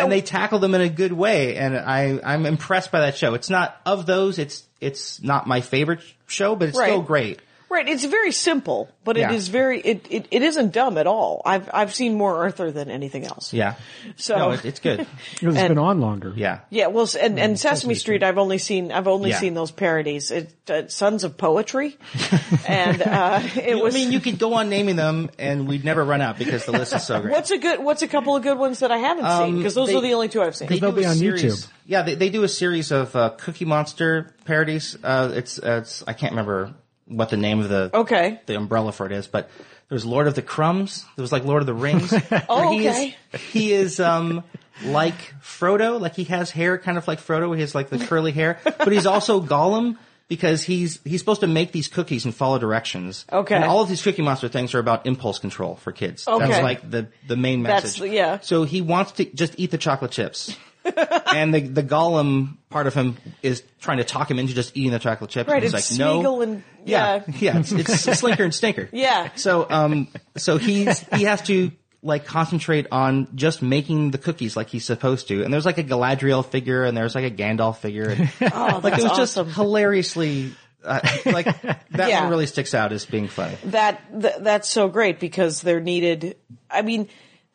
And they tackle them in a good way. And I, I'm impressed by that show. It's not of those. It's, it's not my favorite show, but it's still
Right.
great.
Right. It's very simple, but
Yeah.
it is very, it, it, it isn't dumb at all. I've, I've seen more Arthur than anything else.
Yeah.
So-
no, it, it's good.
Because it's
And-
been on longer.
Yeah.
Yeah, well, s- and, and Sesame Street, I've only seen, I've only
Yeah.
seen those parodies. It, uh, Sons of Poetry. and, uh, it
I
was,
mean, you could go on naming them and we'd never run out because the list is so great.
what's a good, what's a couple of good ones that I haven't seen? Because those
Um, they-
are the only two I've seen.
they'll
do
be
a
on
series-
YouTube.
Yeah, they, they do a series of uh, Cookie Monster parodies. Uh, it's uh, it's I can't remember what the name of the
Okay.
the umbrella for it is, but there was Lord of the Crumbs. There was like Lord of the Rings.
Oh,
Where he
okay.
Is, he is um like Frodo, like he has hair kind of like Frodo. He has like the curly hair, but he's also Gollum. Because he's he's supposed to make these cookies and follow directions.
Okay.
And all of these Cookie Monster things are about impulse control for kids.
Okay.
That's like the the main
That's-
message.
yeah.
So he wants to just eat the chocolate chips. and the the golem part of him is trying to talk him into just eating the chocolate chip.
Right,
and he's
it's
like, no.
Smeagol and-
yeah,
yeah.
yeah, it's, it's Slinker and Stinker.
Yeah.
So um, so he's he has to like concentrate on just making the cookies like he's supposed to. And there's like a Galadriel figure, and there's like a Gandalf figure. And,
Oh,
like
that's
it was
awesome.
just hilariously. Uh, like that
Yeah.
one really sticks out as being funny.
that th- that's so great because they're needed. I mean,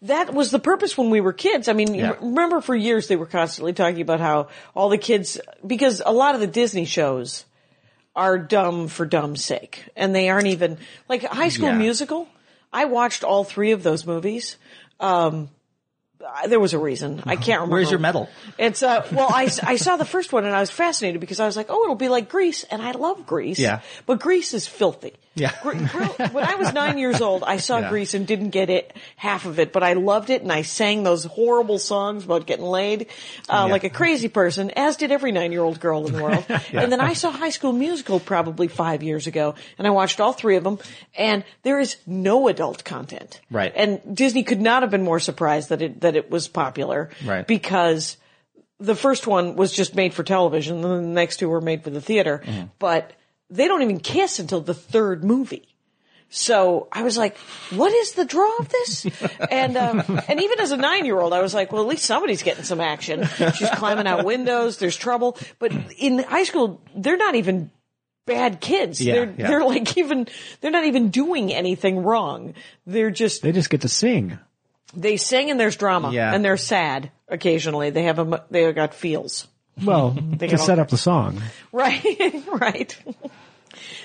that was the purpose when we were kids. I mean, you
Yeah.
re- remember for years they were constantly talking about how all the kids because a lot of the Disney shows are dumb for dumb's sake, and they aren't even like High School
Yeah.
Musical. I watched all three of those movies. Um, I- there was a reason. I can't remember.
Where's your medal?
It's uh well I, s- I saw the first one and I was fascinated because I was like oh it'll be like Greece and I love Greece
Yeah.
but Greece is filthy
Yeah.
Gre- Gre- when I was nine years old I saw
Yeah.
Greece and didn't get it half of it but I loved it and I sang those horrible songs about getting laid uh, like a crazy person as did every nine year old girl in the world and then I saw High School Musical probably five years ago and I watched all three of them and there is no adult content
Right.
and Disney could not have been more surprised that it that it was popular
Right.
because the first one was just made for television, and then the next two were made for the theater.
Mm-hmm.
But they don't even kiss until the third movie. So I was like, "What is the draw of this?" And um, and even as a nine year old, I was like, "Well, at least somebody's getting some action. She's climbing out windows. There's trouble." But in high school, they're not even bad kids.
Yeah,
they're
yeah.
they're like even they're not even doing anything wrong. They're just
They just get to sing.
they sing and there's drama
Yeah.
and they're sad occasionally. They have a they got feels.
Well, to
get all-
set up the song.
Right, right.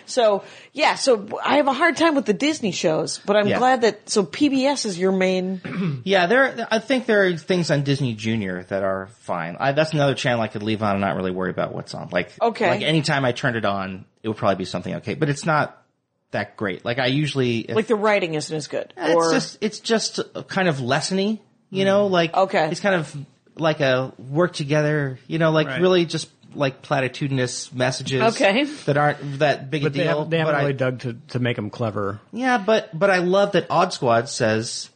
so yeah, so I have a hard time with the Disney shows, but I'm
Yeah.
glad that so PBS is your main.
Yeah, there. I think there are things on Disney Junior that are fine. I, that's another channel I could leave on and not really worry about what's on. Like,
Okay.
like anytime I turned it on, it would probably be something okay, but it's not that great. Like I usually, if-
Like the writing isn't as good.
it's just it's just kind of lessony, you know. Like
Hmm. Okay.
it's kind of like a work together, you know, like
Right.
really just like platitudinous messages
Okay.
that aren't that big a
But they
deal.
haven't, they haven't
but I-
really dug to, to make them clever.
yeah, but but I love that Odd Squad says,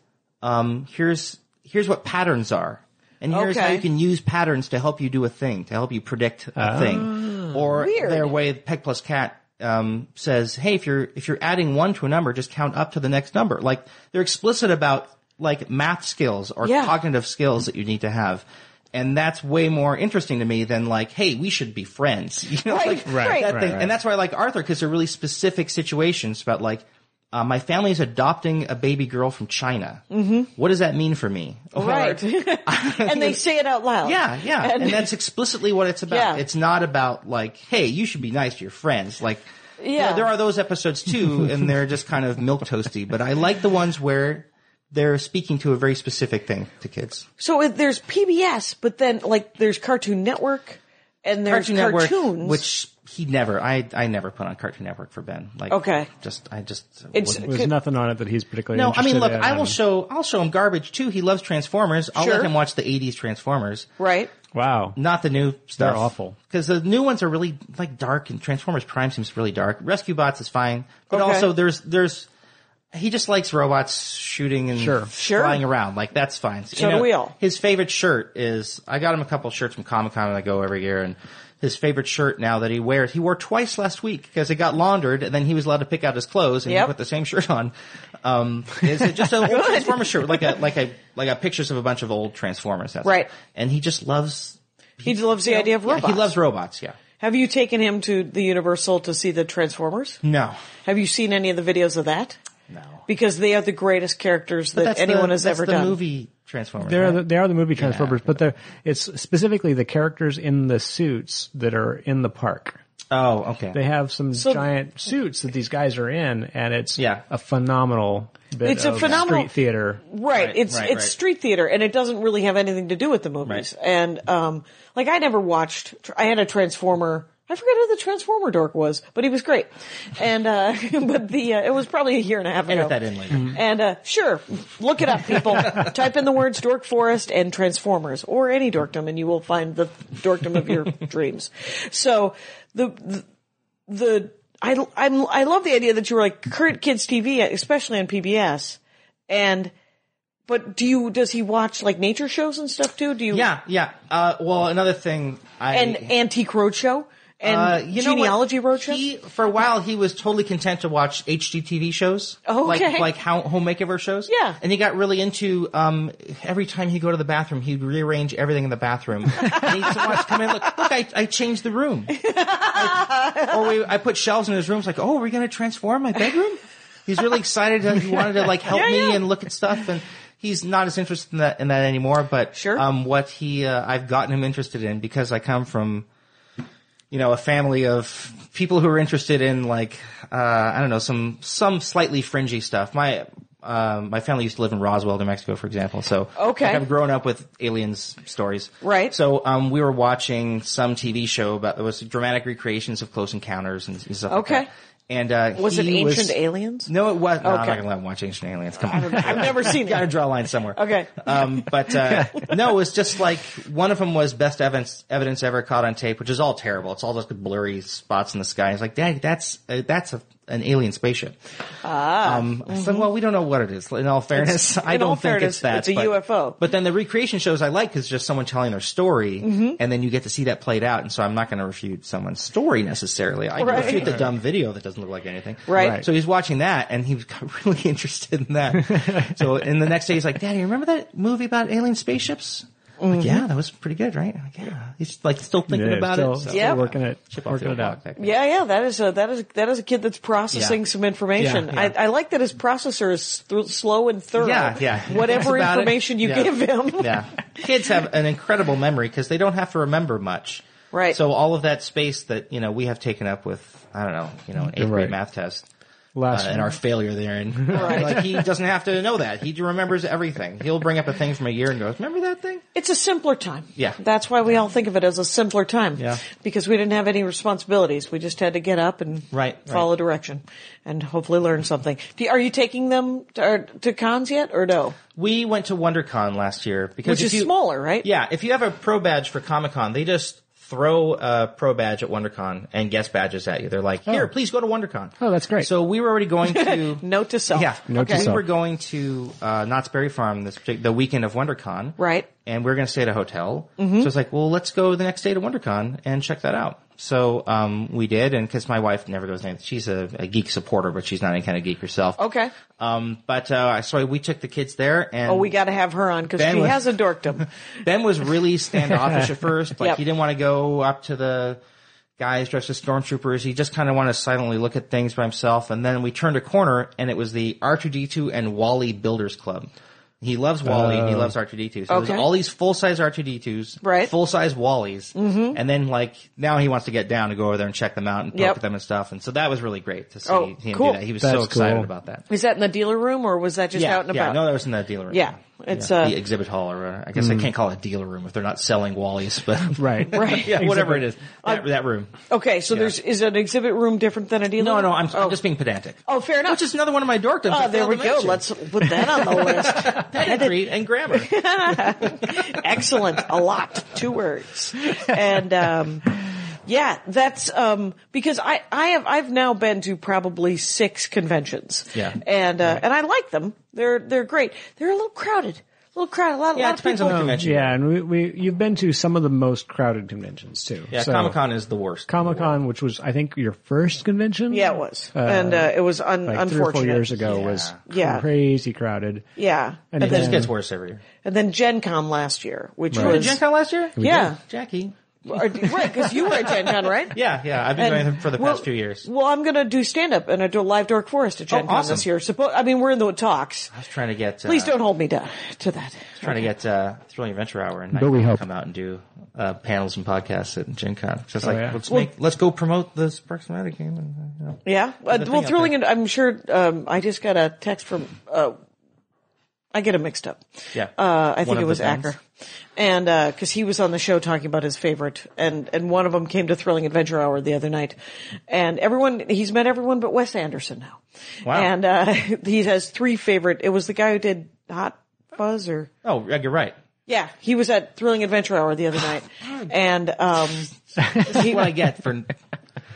um, here's here's what patterns are, and here's how
Okay.
you can use patterns to help you do a thing, to help you predict a thing, or
Weird.
their way Peg plus Cat um, says, hey, if you're if you're adding one to a number, just count up to the next number. Like they're explicit about like math skills or
Yeah.
cognitive skills that you need to have. And that's way more interesting to me than like, hey, we should be friends. You know,
Right,
like,
right.
that thing.
right.
And that's why I like Arthur because they're really specific situations about like, uh, my family is adopting a baby girl from China. Mm-hmm. What does that mean for me? Or-
Oh, right, and they say it out loud.
Yeah, yeah. And, that's explicitly what it's about.
Yeah.
It's not about like, hey, you should be nice to your friends. Like, yeah,
Yeah.
there are those episodes too, and they're just kind of milk toasty. But I like the ones where they're speaking to a very specific thing to kids.
So it, there's PBS, but then like there's Cartoon Network, and there's
Cartoon Network,
cartoons,
which he never, I, I never put on Cartoon Network for Ben. Like,
Okay.
just, I just,
It's-
wasn't-
There's
Could-
nothing on it that he's particularly
No, I mean,
interested
look,
in.
I will show. I'll show him garbage too. He loves Transformers. I'll
Sure.
let him watch the '80s Transformers,
right?
Wow.
not the new stuff.
They're awful.
because the new ones are really like dark, and Transformers Prime seems really dark. Rescue Bots is fine, but
Okay.
also there's there's he just likes robots shooting and
Sure.
Sure.
flying around. Like that's fine. So
do we all.
His favorite shirt is I got him a couple shirts from Comic Con that I go every year, and his favorite shirt now that he wears he wore twice last week because it got laundered, and then he was allowed to pick out his clothes and
Yep.
he put the same shirt on. Um, is it just an old Transformer shirt like a like a like a pictures of a bunch of old Transformers? That's
Right.
it. And he just loves.
He loves the idea of
yeah,
robots.
he loves robots. Yeah.
Have you taken him to the Universal to see the Transformers?
No.
Have you seen any of the videos of that?
No.
Because they are the greatest characters that
That's
anyone
the,
has
that's
ever
the
done.
Movie Transformers.
They are
right?
the, they are the movie Transformers, but they're, it's specifically the characters in the suits that are in the park.
oh, okay.
They have some
So-
giant suits that these guys are in, and it's
Yeah.
a phenomenal bit
It's a
of
phenomenal-
street theater.
Right.
Right,
It's
right,
it's
right.
street theater, and it doesn't really have anything to do with the movies.
Right.
And um, like I never watched. I had a Transformer. I forget who the Transformer dork was, but he was great. And uh, but the uh, it was probably a year and a half ago.
Edit that in later.
And uh, sure, look it up, people. Type in the words "dork forest" and "transformers" or any dorkdom, and you will find the dorkdom of your dreams. So the the, the I I'm, I love the idea that you were like current kids TV, especially on PBS, and. But do you? Does he watch like nature shows and stuff too? Do you?
Yeah, yeah. Uh, well, another thing I
And antique roadshow and
uh, you know what?
genealogy roadshow.
He for a while he was totally content to watch HGTV shows,
Oh, Okay.
like like how home makeover shows.
Yeah.
and he got really into um, every time he would go to the bathroom, he'd rearrange everything in the bathroom. and he'd watch, come in, look, look, I, I changed the room, Like, or we, I put shelves in his room. It's like, oh, are we gonna transform my bedroom? He's really excited. and He wanted to like help
Yeah,
me
yeah.
and look at stuff and. He's not as interested in that in that anymore, but
Sure.
um, what he uh, I've gotten him interested in because I come from you know, a family of people who are interested in like, uh, I don't know, some, some slightly fringy stuff. My, um, my family used to live in Roswell, New Mexico, for example. So
Okay.
like, I've grown up with aliens stories.
Right.
So, um, we were watching some TV show about, it was dramatic recreations of close encounters and stuff like
Okay.
that. And, uh,
was it
he
Ancient
was-
Aliens?
No, it was, no, I'm
Okay.
not gonna let him watch Ancient Aliens. Come on.
I've never seen
Gotta
it.
draw a line somewhere.
Okay.
Um, but uh, no, it was just like one of them was best evidence evidence ever caught on tape, which is all terrible. It's all those blurry spots in the sky. It's like, dang, that's uh, that's a, an alien spaceship. Ah. Um, So well, we don't know what it is. In all fairness, I
Mm-hmm. in all
don't think
fairness,
it's that.
it's a
but-
UFO.
But then the recreation shows I like is just someone telling their story,
Mm-hmm.
and then you get to see that played out. And so I'm not going to refute someone's story necessarily. I can
Right.
refute the dumb video that doesn't look like anything.
Right.
Right.
So he's watching that and he was got really interested in that. so and the next day he's like, Daddy, remember that movie about alien spaceships? I'm
Mm-hmm.
Like, yeah, that was pretty good, right? I'm Like, yeah. He's like still thinking
They're
about
still,
it. So.
still
Yep.
working it,
Chip off
working
the old
it out.
block back then.
Yeah, yeah, that is a that is that is a kid that's processing
Yeah.
some information.
Yeah, yeah.
I, I like that his processor is th- slow and thorough.
Yeah, yeah.
Whatever
That's about it.
information you
Yeah.
give him,
yeah. Kids have an incredible memory because they don't have to remember much.
Right.
So all of that space that, you know, we have taken up with, I don't know, you know, an eighth
right.
grade math test. Uh,
Last
and our failure therein. Like he doesn't have to know that. He remembers everything. He'll bring up a thing from a year and goes, "Remember that thing?"
it's a simpler time.
Yeah.
that's why we all think of it as a simpler time.
Yeah.
because we didn't have any responsibilities. We just had to get up and
Right, right.
follow direction, and hopefully learn something. Do you- are you taking them to, or, to cons yet, or no?
We went to WonderCon last year because
Which
if
is
you-
smaller, right?
Yeah, if you have a pro badge for Comic Con, they just throw a pro badge at WonderCon and guest badges at you. They're like, "Here, please go to WonderCon."
Oh, that's great.
So we were already going to
Note to self.
Yeah,
Note to
we
self.
were going to uh, Knott's Berry Farm this partic- the weekend of WonderCon,
Right. Mm-hmm.
And we are going to stay at a hotel. So it's like, well, let's go the next day to WonderCon and check that out. So um, we did, and because my wife never goes in, she's a, a geek supporter, but she's not any kind of geek herself.
Okay.
Um, but uh, so we took the kids there, and
Oh, we got to have her on because
Ben
she
was-
has a dorkdom.
Ben was really standoffish at first. Like
Yep.
he didn't want to go up to the guys dressed as stormtroopers. He just kind of wanted to silently look at things by himself. And then we turned a corner and it was the R2D2 and Wally Builders Club. He loves Wally
Oh.
and he loves R2D2. So
Okay.
there's all these full size R2D2s,
Right. Mm-hmm.
full size Wallies. And then like now he wants to get down to go over there and check them out and poke
Yep.
at them and stuff. And so that was really great to see
Oh,
him
cool.
do that. He was
That's
so excited
cool.
about that.
Is that in the dealer room, or was that just out and
yeah,
about?
no, that was in the dealer room.
Yeah, it's, uh,
the exhibit hall, or uh, I guess I can't call it a dealer room if they're not selling Wally's, but
Right.
Right.
yeah, whatever it is, that, that room.
Okay, so there's is an exhibit room different than a dealer?
No, no, I'm,
oh.
I'm just being pedantic.
Oh, fair enough.
Which is another one of my dorkdoms.
Oh,
I
there
failed
we
to
go.
mention.
Let's put that on the list.
Pedigree and grammar.
Excellent. A lot. Two words. And um, Yeah, that's um because I I have I've now been to probably six conventions.
Yeah.
and uh, and I like them. They're they're great. They're a little crowded, a little crowded. A lot,
Yeah,
lot
it
of
depends
people.
on the convention.
Yeah, and we, we you've been to some of the most crowded conventions too.
Yeah, Comic Con is the worst.
Comic Con, which was I think your first convention.
Yeah, it was, and uh, it was un-
like three or
unfortunate.
four years ago was
Yeah.
crazy crowded.
Yeah, and,
And
It just
then
then-
gets worse every year.
and then Gen Con last year, which
Right.
Did
was
Oh, Gen Con last year?
yeah,
Jackie.
Or- right because you were at Gen Con, right?
Yeah, yeah. I've been doing them for the
well,
past few years.
Well, I'm going to do stand up and I do a live Dark Forest at Gen
Oh,
Con
awesome.
this year. Suppo- I mean, we're in the talks.
I was trying to get. Uh,
Please don't hold me to, to that.
Trying to get uh, Thrilling Adventure Hour and
But we
Nightfall
hope.
to come out and do uh, panels and podcasts at Gen Con. So it's like
yeah.
let's make let's go promote this Proximity game. And, uh, you know.
Yeah. Uh,
the
well,
thing out
thrilling.
there.
And I'm sure. Um, I just got a text from. Uh, I get it mixed up.
Yeah.
Uh, I
One
think it
of
was
the bands.
Acker, and because he was on the show talking about his favorite, and and one of them came to Thrilling Adventure Hour the other night, and everyone he's met everyone but Wes Anderson now,
Wow.
and uh, he has three favorite. It was the guy who did Hot Fuzz or
Oh, yeah, you're right.
yeah, he was at Thrilling Adventure Hour the other night, and um,
What I get for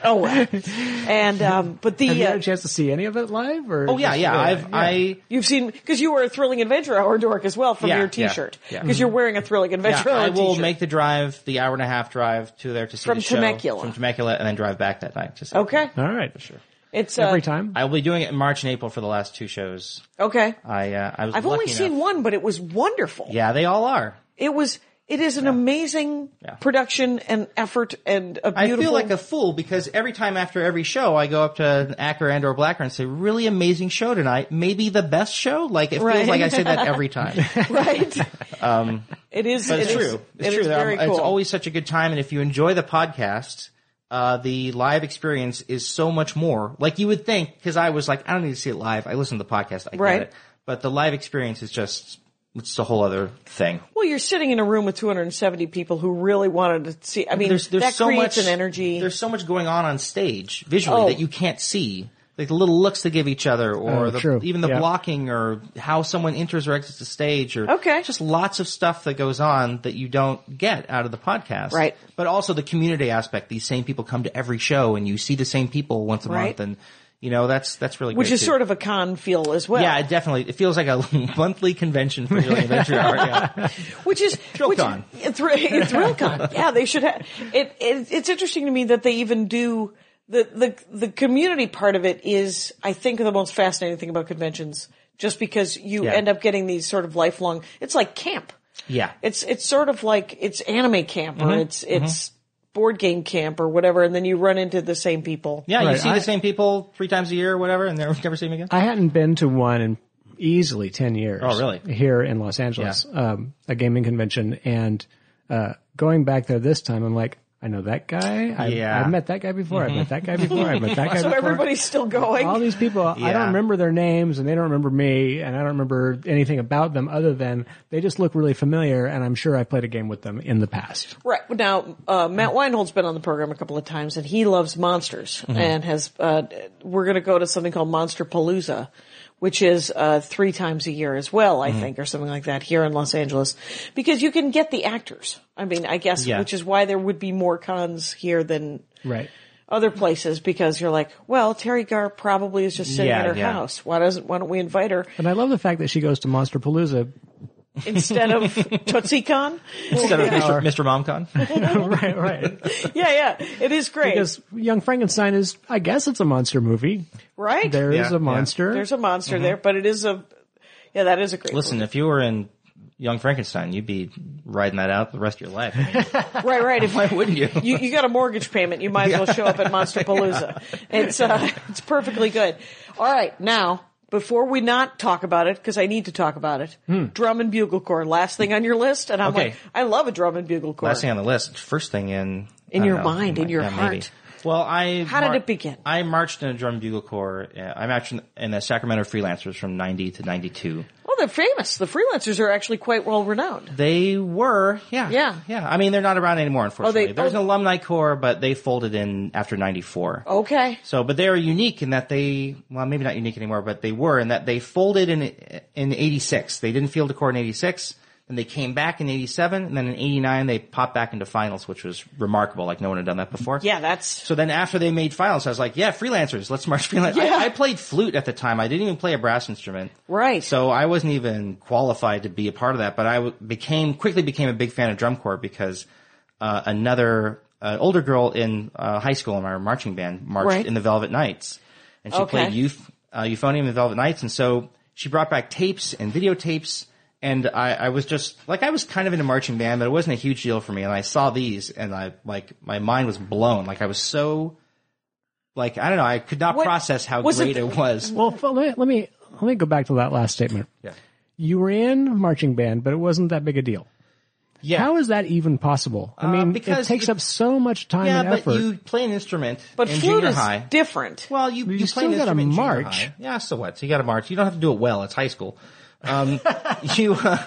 oh, well. and um, but
Have
the
you
uh,
had a chance to see any of it live? Or
oh yeah
just-
yeah I've I
You've seen because you were a thrilling adventure hour dork as well from
Yeah,
your
yeah,
T-shirt
yeah.
because you're wearing a thrilling
yeah,
adventure hour
I will
T-shirt.
make the drive the hour and a half drive to there to see
From
the show
Temecula.
from Temecula and then drive back that night. Just
okay.
All right, for sure.
It's uh,
Every time.
I will be doing it in March and April for the last two shows.
Okay,
I uh, I was
I've
lucky
only seen
enough-
one, but it was wonderful.
Yeah, they all are.
It was. It is an amazing
Yeah.
production and effort and a
I
beautiful.
feel like a fool because every time after every show, I go up to an actor and or blacker and say, "Really amazing show tonight. Maybe the best show." Like it
Right.
feels like I say that every time.
right. it is.
Um, But it's
it is-
true. It's
it
true.
is
Um,
very cool.
It's always such a good time, and if you enjoy the podcast, uh, the live experience is so much more. Like you would think, because I was like, I don't need to see it live. I listen to the podcast. I
Right.
get it. But the live experience is just it's a whole other thing.
well, you're sitting in a room with 270 people who really wanted to see. I mean,
There's there's
that
so
creates
much
an energy.
There's so much going on on stage visually
Oh.
that you can't see. Like the little looks they give each other, or
Oh,
the,
true.
even the
Yeah.
blocking, or how someone enters or exits the stage, or
Okay.
just lots of stuff that goes on that you don't get out of the podcast.
Right.
But also the community aspect. These same people come to every show, and you see the same people once a
Right.
month, and you know that's that's really
which
great
is
too.
sort of a con feel as well.
yeah, it definitely. It feels like a monthly convention for the Adventure Hour. Yeah.
which is which,
ThrillCon.
It's re- it's ThrillCon. yeah, they should have. It, it it's interesting to me that they even do the the the community part of it is I think the most fascinating thing about conventions. Just because you
Yeah.
end up getting these sort of lifelong, it's like camp.
Yeah.
It's it's sort of like it's anime camp or
Mm-hmm.
it's it's board game camp or whatever, and then you run into the same people.
Yeah, you
Right,
see
I-
the same people three times a year or whatever, and they're never see them again.
I hadn't been to one in easily 10 years.
Oh, really?
Here in Los Angeles, um, a gaming convention. And, uh, going back there this time, I'm like, I know that guy. I,
Yeah.
I've met that guy before. I've met that guy before. I've met that guy
So
before.
everybody's still going.
all these people, I
Yeah.
don't remember their names and they don't remember me and I don't remember anything about them other than they just look really familiar and I'm sure I played a game with them in the past.
Right now, uh, Matt Weinhold's been on the program a couple of times, and he loves monsters,
Mm-hmm.
and has. Uh, we're going to go to something called Monster Palooza, which is uh, three times a year as well,
Mm-hmm.
I think, or something like that, here in Los Angeles, because you can get the actors. I mean, I guess,
Yeah.
which is why there would be more cons here than
Right.
other places, because you're like, well, Terry Gar probably is just sitting
Yeah,
at her
yeah.
house. Why doesn't? Why don't we invite her
And I love the fact that she goes to Monster Palooza.
instead of Tootsie Con?
Instead of
yeah.
Mr. Mr. Momcon.
right, right.
yeah, yeah, it is great,
Because Young Frankenstein is, I guess it's a monster movie.
right?
There is
Yeah, yeah.
a monster.
There's a monster there, but it is a yeah, that is a great
Mm-hmm. Listen, if you were in Young Frankenstein, you'd be riding that out the rest of your life. I mean,
movie. right, right. If
why wouldn't you?
you you got a mortgage payment, you might as well show up at Monster Palooza. It's uh, it's perfectly good. All right, now before we not talk about it because I need to talk about it. Drum and bugle corps, last thing on your list, and I'm
Hmm. Okay.
like, I love a drum and bugle corps.
Last thing on the list, first thing in
In
I
your
don't
mind, in your heart.
Well, I
How did it begin?
I marched in a drum bugle corps. uh, I'm actually in the Sacramento Freelancers from '90 to '92.
well, they're famous. The freelancers are actually quite well renowned.
They were, yeah,
Yeah.
yeah. I mean, they're not around anymore, unfortunately. There's
oh.
an alumni corps, but they folded in after '94.
Okay,
So, but they are unique in that they, well, maybe not unique anymore, but they were in that they folded in in '86. They didn't field a corps in '86. And they came back in 87 and then in 89 they popped back into finals, which was remarkable. Like no one had done that before.
Yeah, that's
So then after they made finals, I was like, yeah, freelancers, let's march freelancers.
Yeah.
I, I played flute at the time. I didn't even play a brass instrument.
right.
So I wasn't even qualified to be a part of that, but I w- became quickly became a big fan of drum corps because uh, another uh, older girl in uh, high school in our marching band marched
Right.
in the Velvet Knights, and she
Okay.
played Euph- uh, euphonium and Velvet Knights, and so she brought back tapes and videotapes. And I, I was just like I was kind of into marching band, but it wasn't a huge deal for me. And I saw these, and I like my mind was blown. Like I was so, like I don't know, I could not
What-
process how
was it-
great it was.
Well, f- let me, let me let me go back to that last statement.
Yeah.
You were in marching band, but it wasn't that big a deal.
Yeah, Uh,
How is that even possible? I mean, it
because
takes
you-
up so much time
Yeah,
and
but
effort.
you play an instrument
but
in
flute
junior
is
high.
different.
well, you, you, play
still
an
gotta
instrument in junior
march.
high. Yeah, so what? So you got to march. You don't have to do it well. It's high school. Um, you, uh,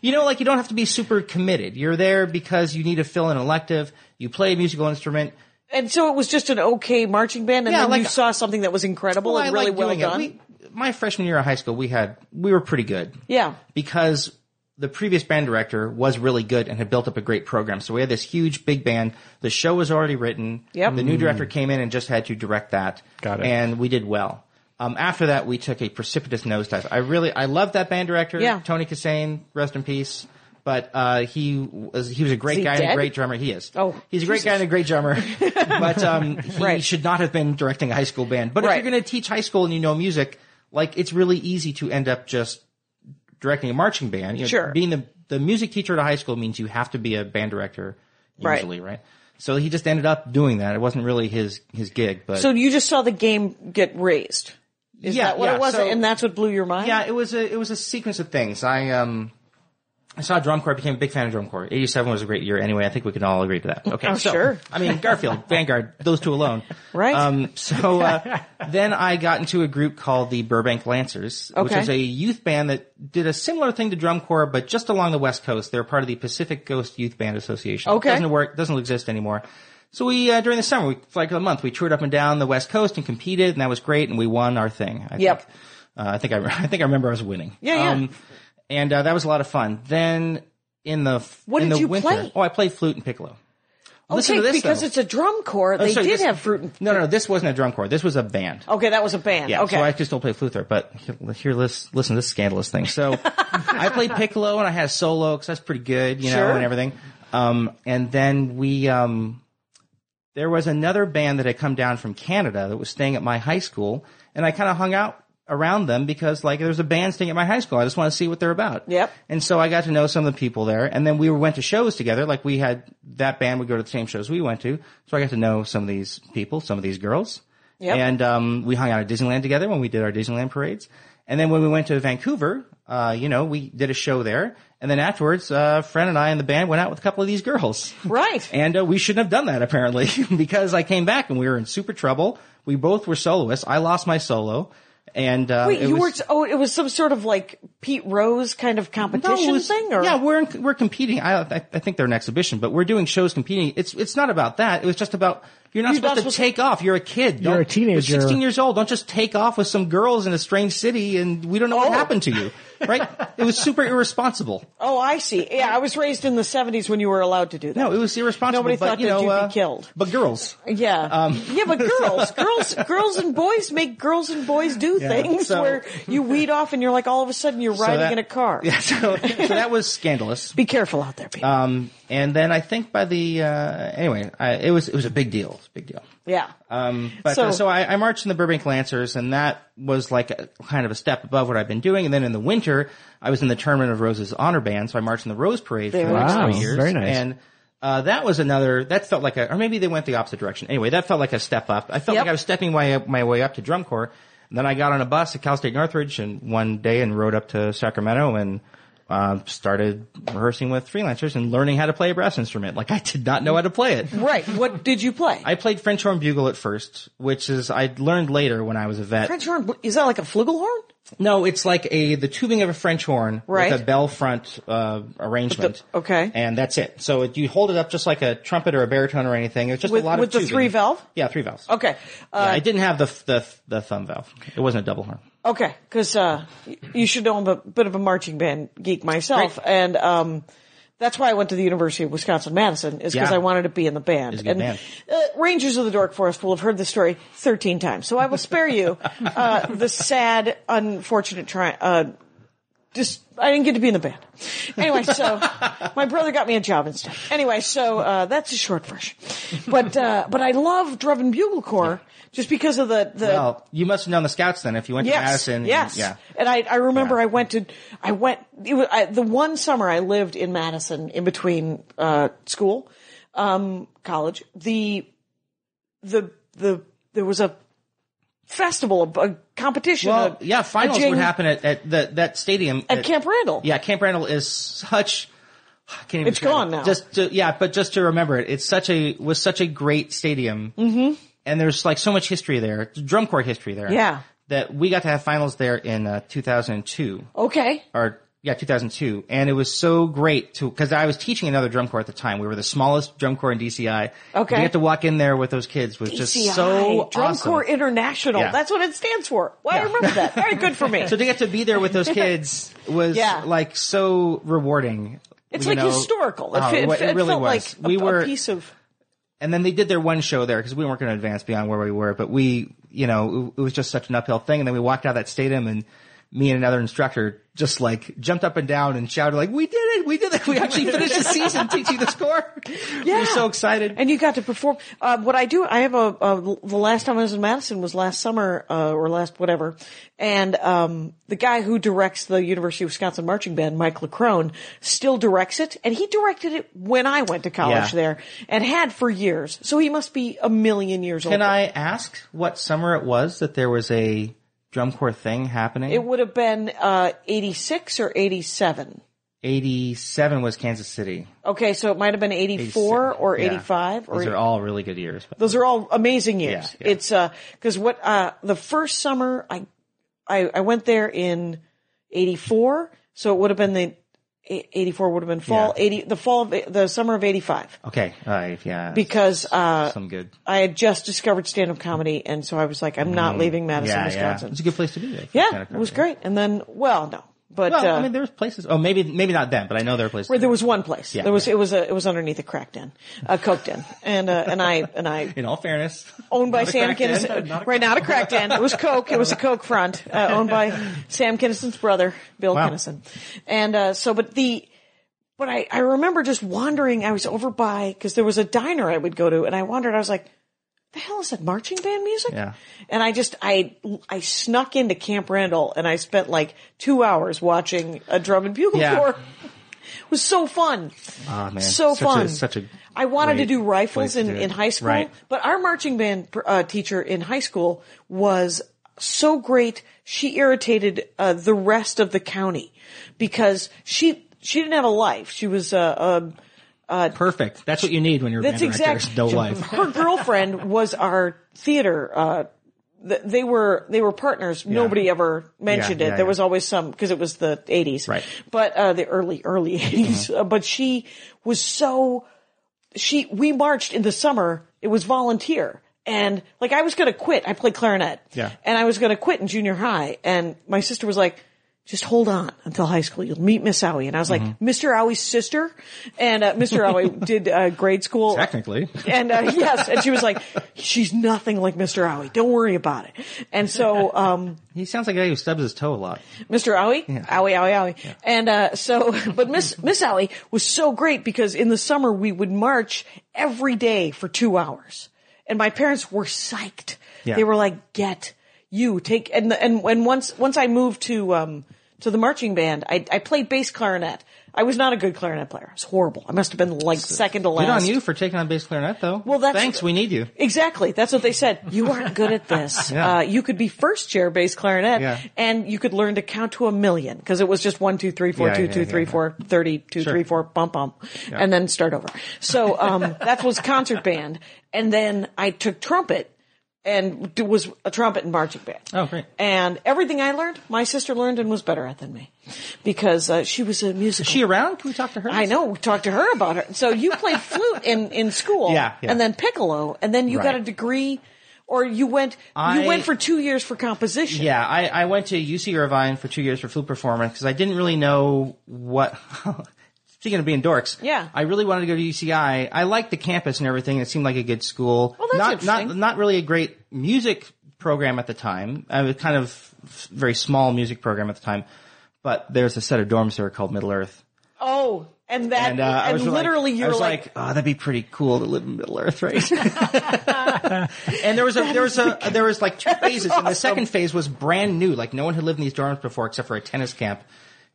you know, like you don't have to be super committed. You're there because you need to fill an elective. You play a musical instrument.
and so it was just an okay marching band, and
Yeah,
then
like-
you saw something that was incredible
Well, I
and really
like
well
doing
done.
It. We, my freshman year of high school, we had we were pretty good.
yeah.
because the previous band director was really good and had built up a great program. So we had this huge big band. The show was already written.
Yep.
The new director came in and just had to direct that.
Got it.
And we did well. Um, after that, we took a precipitous nosedive. I really, I loved that band director,
Yeah.
Tony Cassane, rest in peace. But uh, he was he was a great
he
guy and
dead?
a great drummer. He is.
Oh,
he's a great guy and a great drummer. but um, he
Right.
should not have been directing a high school band. But
Right.
if you're going to teach high school and you know music, like it's really easy to end up just directing a marching band. You know,
Sure.
Being the, the music teacher at a high school means you have to be a band director
Right.
usually, right? So he just ended up doing that. It wasn't really his, his gig, but
So you just saw the game get raised. Is
Yeah,
that what
yeah,
it was?
so-
and that's what blew your mind?
yeah, it was a, it was a sequence of things. I, um, I saw drum corps, I became a big fan of drum corps. 87 was a great year anyway. I think we can all agree to that. Okay. so,
Oh, sure.
I mean, Garfield, Vanguard, those two alone.
Right.
Um, so, uh, then I got into a group called the Burbank Lancers, which
Okay.
is a youth band that did a similar thing to drum corps, but just along the West Coast. They're part of the Pacific Coast Youth Band Association.
Okay.
It doesn't work, doesn't exist anymore. So we, uh, during the summer, we, for like a month, we toured up and down the West Coast and competed, and that was great, and we won our thing. I
Yep.
Think. Uh, I think I, I think I remember I was winning. Um,
Yeah, yeah.
and uh, that was a lot of fun. Then in the f-
What
in
did
the
you
winter,
play?
oh, I played flute and piccolo.
okay,
Listen to this
because
though.
it's a drum corps.
Oh,
They
sorry,
did
this-
have fruit and.
No, no, this wasn't a drum corps. This was a band.
Okay, that was a band.
Yeah,
Oh, okay.
so I could still play flute there, but here, here listen, listen to this scandalous thing. So I played piccolo and I had a solo because that's pretty good, you know,
Sure.
and everything. Um, and then we, um, there was another band that had come down from Canada that was staying at my high school, and I kind of hung out around them because like there's a band staying at my high school. I just want to see what they're about.
Yep.
And so I got to know some of the people there, and then we went to shows together. Like we had that band would go to the same shows we went to, so I got to know some of these people, some of these girls.
Yep.
And um, we hung out at Disneyland together when we did our Disneyland parades. And then when we went to Vancouver, uh, you know, we did a show there. And then afterwards, uh, Fred and I and the band went out with a couple of these girls.
right.
And uh, we shouldn't have done that apparently because I came back and we were in super trouble. We both were soloists. I lost my solo. And uh,
Wait,
it
you
was,
were. Oh, it was some sort of like Pete Rose kind of
No, it
competition
was-
thing? Or?
Yeah, we're in, we're competing. I, I I think they're an exhibition, but we're doing shows competing. It's it's not about that. It was just about you're not
You're
supposed
not
to
supposed to-
take off. You're a kid.
You're
Don't-
a teenager.
You're 16 years old. Don't just take off with some girls in a strange city and we don't know what
Oh.
happened to you. Right? it was super irresponsible.
Oh, I see. Yeah, I was raised in the 70s when you were allowed to do that.
No, it was irresponsible.
Nobody
but,
thought
you
that
know,
you'd be
uh,
killed.
But girls.
Yeah.
Um.
yeah, but girls, girls, girls and boys make girls and boys do things
so-
where you weed off and you're like, all of a sudden you're riding
that-
in a car.
Yeah, so, so that was scandalous.
Be careful out there, people.
Um, and then I think by the uh, anyway, I, it was it was a big deal. It was a big deal.
yeah.
Um, but
So-
so, so I, I marched in the Burbank Lancers, and that was like a, kind of a step above what I've been doing. And then in the winter, I was in the Tournament of Roses Honor Band, so I marched in the Rose Parade for the next
Wow,
three years.
very nice.
And uh, that was another. That felt like a, or maybe they went the opposite direction. Anyway, that felt like a step up. I felt
Yep.
like I was stepping my my way up to drum corps. And then I got on a bus at Cal State Northridge, and one day and rode up to Sacramento and. Uh, started rehearsing with freelancers and learning how to play a brass instrument. Like I did not know how to play it.
right. What did you play?
I played French horn bugle at first, which is I learned later when I was a vet.
French horn. Is that like a flugelhorn?
No, it's like a the tubing of a French horn
Right.
with a bell front uh,
With
arrangement.
the- okay.
and that's it. So it, you hold it up just like a trumpet or a baritone or anything. It's just
With-
a lot
with
of
the
tubing.
three valve?
Yeah, three valves.
Okay.
Yeah,
Uh,
I didn't have the, the the thumb valve. It wasn't a double horn.
Okay, because uh, y- you should know I'm a bit of a marching band geek myself, and um, that's why I went to the University of Wisconsin Madison is because
Yeah.
I wanted to be in the band.
It's a good
and
band.
Uh, Rangers of the Dark Forest will have heard this story 13 times, so I will spare you uh, the sad, unfortunate tri- uh, just I didn't get to be in the band. Anyway, so my brother got me a job instead. Anyway, so uh, that's a short version. But uh, but I love Dresden Bugle Corps just because of the the
Well, you must have known the Scouts then if you went to
yes,
Madison.
yes,
Yeah.
And I I remember
Yeah.
I went to I went it was, I, the one summer I lived in Madison in between uh, school, um, college. The the the there was a festival, a, a competition.
Well,
a-
yeah,
a
finals
jing-
would happen at, at the, that stadium.
at Camp Randall.
Yeah, Camp Randall is such. I can't even
It's
describe
gone
it.
now.
Just to, yeah, but just to remember it, it's such a was such a great stadium, mm-hmm. and there's like so much history there, drum corps history there.
Yeah.
that we got to have finals there in uh, 2002
Okay.
or yeah 2002, and it was so great to because I was teaching another drum corps at the time. We were the smallest drum corps in DCI.
Okay.
to get to walk in there with those kids was just
DCI,
so
Drum
awesome.
Corps International.
Yeah.
That's what it stands for. Well, I
Yeah.
remember that. Very good for me.
so to get to be there with those kids was
Yeah.
like so rewarding.
it's
you
like
know.
historical.
Oh,
it, fe-
wa-
fe- it
really
felt
was.
like a,
we
a
were,
piece of.
and then they did their one show there because we weren't going to advance beyond where we were. But we, you know, it, it was just such an uphill thing. And then we walked out of that stadium, and me and another instructor just like jumped up and down and shouted like, "We did it! We did it! We actually finished the season teaching the score!" we
Yeah.
were so excited.
And you got to perform. Uh, what I do, I have a, a, the last time I was in Madison was last summer, uh, or last whatever. And, um, the guy who directs the University of Wisconsin Marching Band, Mike LaCrone, still directs it. And he directed it when I went to college
Yeah.
there and had for years. So he must be a million years old.
Can I ask what summer it was that there was a drum corps thing happening?
It would have been, uh, 86 or 87.
87 was Kansas City.
Okay, so it might have been 84 or
Yeah.
85 or
These are all really good years. but-
those are all amazing years.
Yeah, yeah.
It's uh cuz what uh the first summer I I I went there in 84, so it would have been the eh, 84 would have been fall
Yeah.
80 the fall of eh, the summer of 85
okay. All right. Yeah.
because uh
some good.
I had just discovered stand-up comedy and so I was like I'm not leaving Madison,
Mm-hmm. yeah,
Wisconsin.
Yeah. It's a good place to be.
Yeah, it was great. And then well, no. But
Well,
uh,
I mean, there was places. Oh, maybe maybe not then, but I know there are places.
Where there was one place.
Yeah.
there was it was a it was underneath a crack den, a coke den, and uh, and I and I
in all fairness,
owned by
Not a
Sam
crack den.
Kinison. Right now, a crack den. It was coke. It was a coke front uh, owned by Sam Kinison's brother, Bill
Wow.
Kinison, and uh, so but the. But I, I remember just wandering. I was over by, because there was a diner I would go to, and I wandered. I was like, the hell is that marching band music?
Yeah.
And I just, I, I snuck into Camp Randall and I spent like two hours watching a drum and bugle
Yeah.
corps. It was so fun.
Ah, man,
So
such a-
fun.
such a
I wanted to
great
do
place
rifles
to
in,
do it.
in high school,
Right.
but our marching band uh, teacher in high school was so great. She irritated uh, the rest of the county because she she didn't have a life. She was uh, a
perfect. That's what you need when you're a
that's
band director.
exactly
is No life.
Her girlfriend was our theater. Uh, th- they were they were partners. Nobody ever mentioned
Yeah,
it.
yeah,
there
yeah.
was always some because it was the eighties,
Right. Mm-hmm.
But uh, the early early 80s Uh, but she was so she we marched in the summer. It was volunteer. And like I was gonna quit, I played clarinet.
Yeah.
And I was gonna quit in junior high, and my sister was like, "Just hold on until high school. You'll meet Miss Owie." And I was like,
Mm-hmm.
"Mr. Owie's sister," and uh, Mr. Owie did uh, grade school
Technically,
and uh, yes, and she was like, "She's nothing like Mr. Owie. Don't worry about it." And so, um,
he sounds like a guy who stubs his toe a lot.
Mr. Owie, Owie, Owie, Owie, and uh, so, but Miss Miss Owie was so great because in the summer we would march every day for two hours, and my parents were psyched.
Yeah.
They were like, "Get you take," and the, and and once once I moved to um to the marching band, I I played bass clarinet. I was not a good clarinet player. I was horrible. I must have been like second to last.
Good on you for taking on bass clarinet, though.
Well, that's-
thanks. We need you.
Exactly. That's what they said. You aren't good at this.
Yeah.
uh, you could be first chair bass clarinet
Yeah.
and you could learn to count to a million because it was just one, two, three, four,
Yeah,
two,
yeah,
two,
yeah,
three,
yeah.
four, thirty, two,
Sure.
three, four, bump, bump, and then start over. So, um, that was concert band. And then I took trumpet and d- was a trumpet and marching band.
Oh, great.
And everything I learned, my sister learned and was better at than me because uh, she was a musical.
She around? Can we talk to her?
I know. Talk to her about her. So you played flute in in school,
Yeah, yeah.
and then piccolo, and then you got
Right.
a degree. or you went
I-
you went for two years for composition.
Yeah, I, I went to UC Irvine for two years for flute performance because I didn't really know what. Speaking of being dorks,
Yeah.
I really wanted to go to UCI. I liked the campus and everything. It seemed like a good school.
Well, that's
not not
interesting.
not really a great music program at the time. I was kind of f- very small music program at the time. But there's a set of dorms there called Middle Earth,
Oh, and that
and
and,
uh, I was
literally
like,
you
I
were
was
like,
like, oh, that'd be pretty cool to live in Middle Earth, right? and there was a there was a there was like two phases, and the second phase was brand new. Like no one had lived in these dorms before, except for a tennis camp,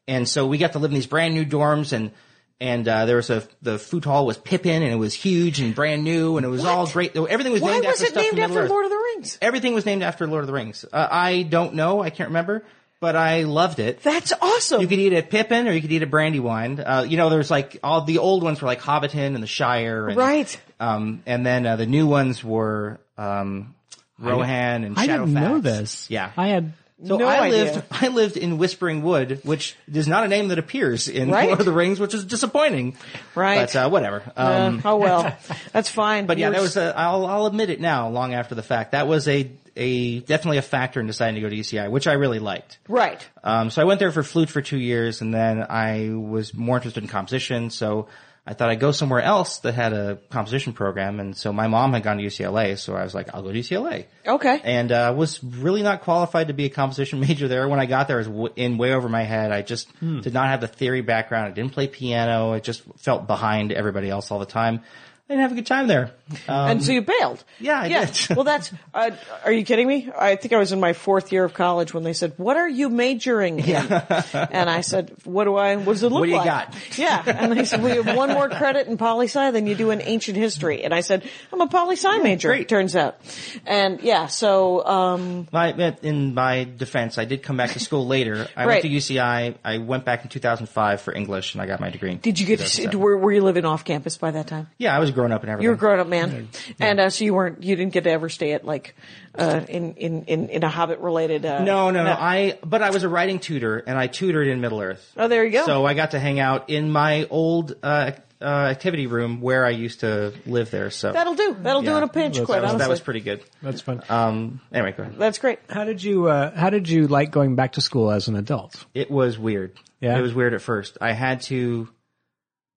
and so we got to live in these brand new dorms and. And uh, there was a the food hall was Pippin and it was huge and brand new and it was all great. Everything was
why
named
was
after
it
stuff
named
from Middle
after
Earth.
Lord of the Rings?
Everything was named after Lord of the Rings. Uh, I don't know, I can't remember, but I loved it.
That's awesome.
You could eat a pippin or you could eat a brandywine. Uh, you know, there's like all the old ones were like Hobbiton and the Shire, and,
Right.
Um, and then uh, the new ones were um, Rohan and Shadowfax.
I didn't know this.
Yeah,
I had.
so
no
I
idea.
lived I lived in Whispering Wood, which is not a name that appears in
Right.
Lord of the Rings, which is disappointing.
Right.
but uh, whatever.
Uh,
Um,
oh well, that's fine.
but yeah,
You
that
were-
was a, I'll, I'll admit it now, long after the fact. That was a, a, definitely a factor in deciding to go to ECI, which I really liked.
right.
Um, so I went there for flute for two years, and then I was more interested in composition. So I thought I'd go somewhere else that had a composition program. And so my mom had gone to UCLA, so I was like, I'll go to UCLA.
Okay.
And uh, was really not qualified to be a composition major there. When I got there, it was w- in way over my head. I just did not have the theory background. I didn't play piano. I just felt behind everybody else all the time. I didn't have a good time there. Um,
and so you bailed.
Yeah, I
yeah.
did.
well, that's. Uh, are you kidding me? I think I was in my fourth year of college when they said, "What are you majoring in?" and I said, "What do I? What does it look
What do you
like?"
got?
Yeah. And they said, "We have one more credit in poli sci than you do in ancient history." And I said, "I'm a poli sci major."
great.
Turns out, and yeah. So um,
My, uh, in my defense, I did come back to school later. I
Right.
went to UCI. I went back in 2005 for English, and I got my degree.
did you get? To, see- were, were you living off campus by that time?
Yeah, I was grown up and everything.
You were a grown up man, and uh, so you weren't. You didn't get to ever stay at like uh, in, in in in a Hobbit related. Uh,
No, no, no. I but I was a writing tutor, and I tutored in Middle Earth.
Oh, there you go.
So I got to hang out in my old uh, uh, activity room where I used to live there. So
That'll do. That'll do
Yeah.
in a pinch,
That's-
quite
that was,
honestly.
that was pretty Oh, good.
That's fun.
Um, anyway, go ahead.
That's great.
how did you? Uh, how did you like going back to school as an adult?
It was weird.
Yeah?
It was weird at first. I had to,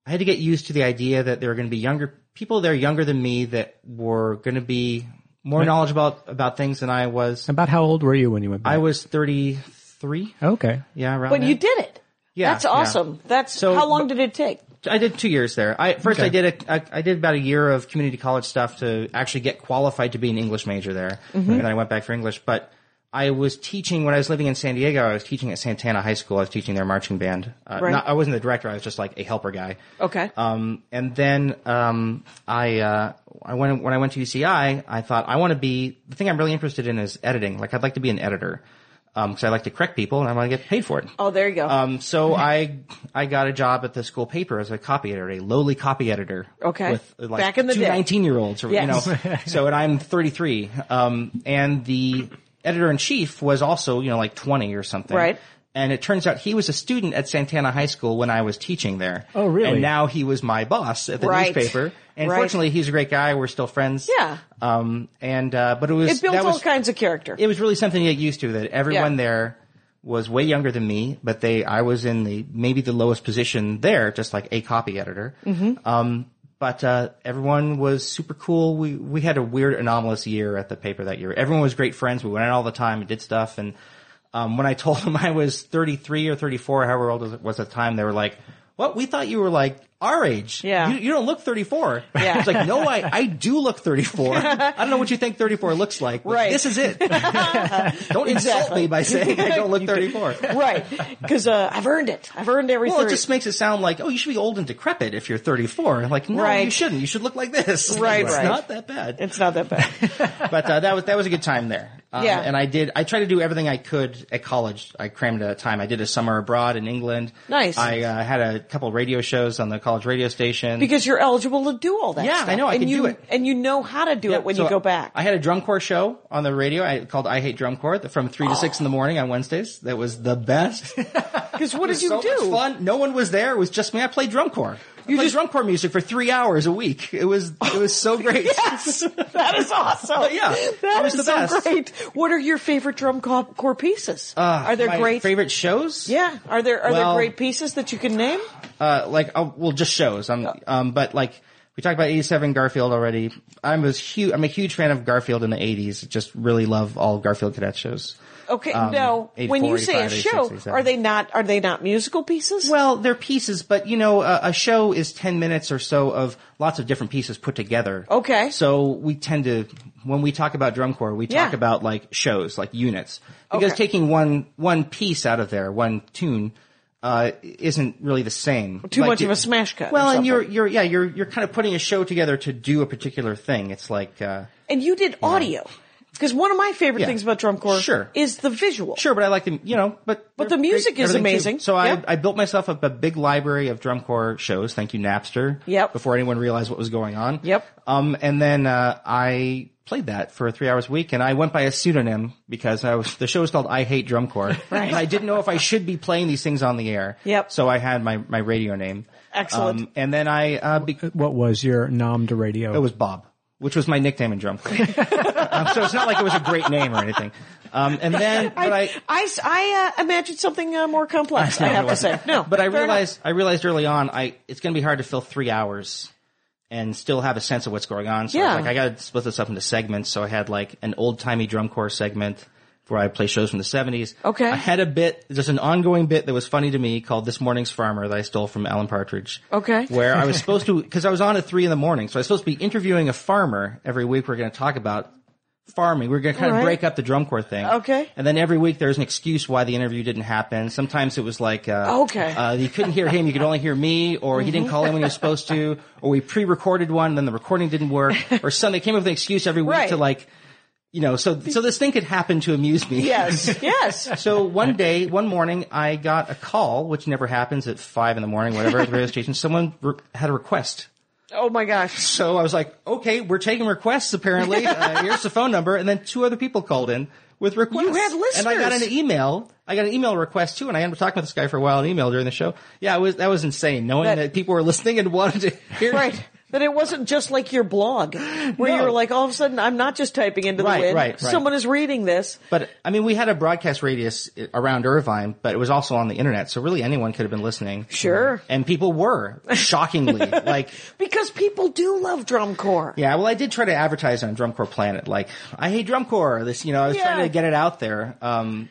I had to get used to the idea that there were going to be younger people there younger than me that were going to be more knowledgeable about, about things than I was.
About how old were you when you went back?
I was 33.
okay.
Yeah, around
But
there.
you did it.
Yeah,
That's
yeah.
awesome. That's
So-
how long did it take?
I did two years there. I first I did a I, I did about a year of community college stuff to actually get qualified to be an English major there,
Mm-hmm.
and then I went back for English. But I was teaching when I was living in San Diego. I was teaching at Santana High School. I was teaching their marching band. Uh,
Right.
not, I wasn't the director. I was just like a helper guy.
Okay.
Um, and then um, I uh, I went when I went to UCI. I thought I want to be the thing I'm really interested in is editing. Like I'd like to be an editor because I like to correct people and I want to get paid for it.
oh, there you go.
Um, so I I got a job at the school paper as a copy editor, a lowly copy editor.
Okay.
With like
Back in the
two
day.
19 year olds, or you
Yes.
know. so and I'm 33. Um, and the editor in chief was also you know like 20 or something.
Right.
And it turns out he was a student at Santana High School when I was teaching there.
Oh, really?
And now he was my boss at the
Right.
newspaper. And
Right.
fortunately, he's a great guy. We're still friends.
Yeah.
Um, and uh, but it was
it built
that
all
was-
kinds of character.
it was really something to get used to that everyone
Yeah.
there was way younger than me, but they, I was in the, maybe the lowest position there, just like a copy editor.
Mm-hmm.
Um, but, uh, everyone was super cool. We, we had a weird anomalous year at the paper that year. Everyone was great friends. We went out all the time and did stuff. And, um, when I told them I was 33 or 34, however old it was at the time, they were like, what? We thought you were like our age.
Yeah.
You, you don't look 34.
Yeah.
It's like, no, I, I do look 34. I don't know what you think 34 looks like. but
Right.
This is it. Don't insult me by saying I don't look 34.
right. Because uh, I've earned it. I've earned everything.
Well, it just makes it sound like, oh, you should be old and decrepit if you're 34. Like, no, you
Right.
shouldn't. You should look like this.
Right,
it's
right.
not that bad.
it's not that bad.
But uh, that was that was a good time there. Um,
Yeah.
And I did. I tried to do everything I could at college. I crammed at a time. I did a summer abroad in England.
Nice.
I uh, had a couple radio shows on the college radio station.
because you're eligible to do all that
Yeah, I
stuff.
know, I
and
can
you,
do it.
And you know how to do it when
So
you go back.
I had a drum corps show on
Oh.
the radio I, called "I Hate Drum Corps" from three to six in the morning on Wednesdays. That was the best.
Because what did you
so
do?
much fun. No one was there. It was just me. I played drum corps. I
You
played
just-
drum corps music for three hours a week. It was it was so great.
Yes, that is awesome.
Yeah,
that
it was
is
the
so
best. Uh,
great. What are your favorite drum co- corps pieces? are there
My
great?
favorite shows?
yeah, are there are there
Well-
great pieces that you can name?
Uh, like uh, well, just shows. I'm um, but like we talked about '87 Garfield already. I'm a huge I'm a huge fan of Garfield in the '80s. Just really love all Garfield cadet shows.
Okay,
Um,
no. When
84,
you say a
85,
show,
86,
are they not are they not musical pieces?
Well, they're pieces, but you know, a, a show is 10 minutes or so of lots of different pieces put together.
Okay.
So we tend to, when we talk about drum corps, we talk
Yeah.
about like shows, like units. Because
Okay.
taking one, one piece out of there, one tune, uh, isn't really the same.
Too
Like
much of
it-
a smash cut. or
Well, and
something.
you're, you're, yeah, you're, you're kind of putting a show together to do a particular thing. It's like, uh,
and you did audio because one of my favorite
Yeah.
things about drum corps
Sure.
is the visual.
Sure, but I like the you know, but
But the music is
everything too.
amazing.
So
Yeah.
I I built myself up a big library of drum corps shows. Thank you Napster.
Yep.
Before anyone realized what was going on.
Yep.
Um, and then uh, I played that for three hours a week, and I went by a pseudonym because I was the show was called I Hate Drum Corps,
Right.
and I didn't know if I should be playing these things on the air.
Yep.
So I had my my radio name.
Excellent.
Um, and then I uh, be- it
What was your nom de radio?
was Bob, which was my nickname in drum corps. um, so it's not like it was a great name or anything. Um, and then but I
I, s- I, uh, imagined something uh, more complex. I,
No,
have
it
to say
wasn't.
no,
But I
fair enough.
realized I realized early on I it's going to be hard to fill three hours and still have a sense of what's going on. So
Yeah.
I was like I got to split this up into segments. So I had like an old timey drum corps segment where I play shows from the seventies.
Okay.
I had a bit, just an ongoing bit that was funny to me called "This Morning's Farmer" that I stole from Alan Partridge.
Okay.
Where I was supposed to, because I was on at three in the morning, so I was supposed to be interviewing a farmer every week. We're going to talk about farming. We're going to kind
All
of
right.
break up the drum corps thing.
Okay.
And then every week there's an excuse why the interview didn't happen. Sometimes it was like, uh,
Okay. Mm-hmm.
uh, you couldn't hear him, you could only hear me, or he didn't call in when he was supposed to, or we pre-recorded one, then the recording didn't work, or something. They came up with an excuse every week
Right.
to like, you know, so, so this thing could happen to amuse me.
yes, yes.
So one day, one morning, I got a call, which never happens at five in the morning, whatever, at the radio station. Someone re- had a request
Oh my gosh.
so I was like, okay, we're taking requests apparently. Uh, here's the phone number. And then two other people called in with requests.
You had
And I got an
listeners.
email. I got an email request too. And I ended up talking with this guy for a while on email during the show. Yeah, it was, that was insane knowing
That-
that, people were listening and wanted to hear.
Right. That it wasn't just like your blog where you
No.
were like, all of a sudden, I'm not just typing into
Right,
the wind.
right, right.
Someone is reading this.
But I mean, we had a broadcast radius around Irvine, but it was also on the internet. So really anyone could have been listening.
Sure.
And people were shockingly like,
Because people do love drum corps.
Yeah, well, I did try to advertise on Drum Corps Planet, like I hate Drum Corps. This, you know, I was
Yeah.
trying to get it out there, um,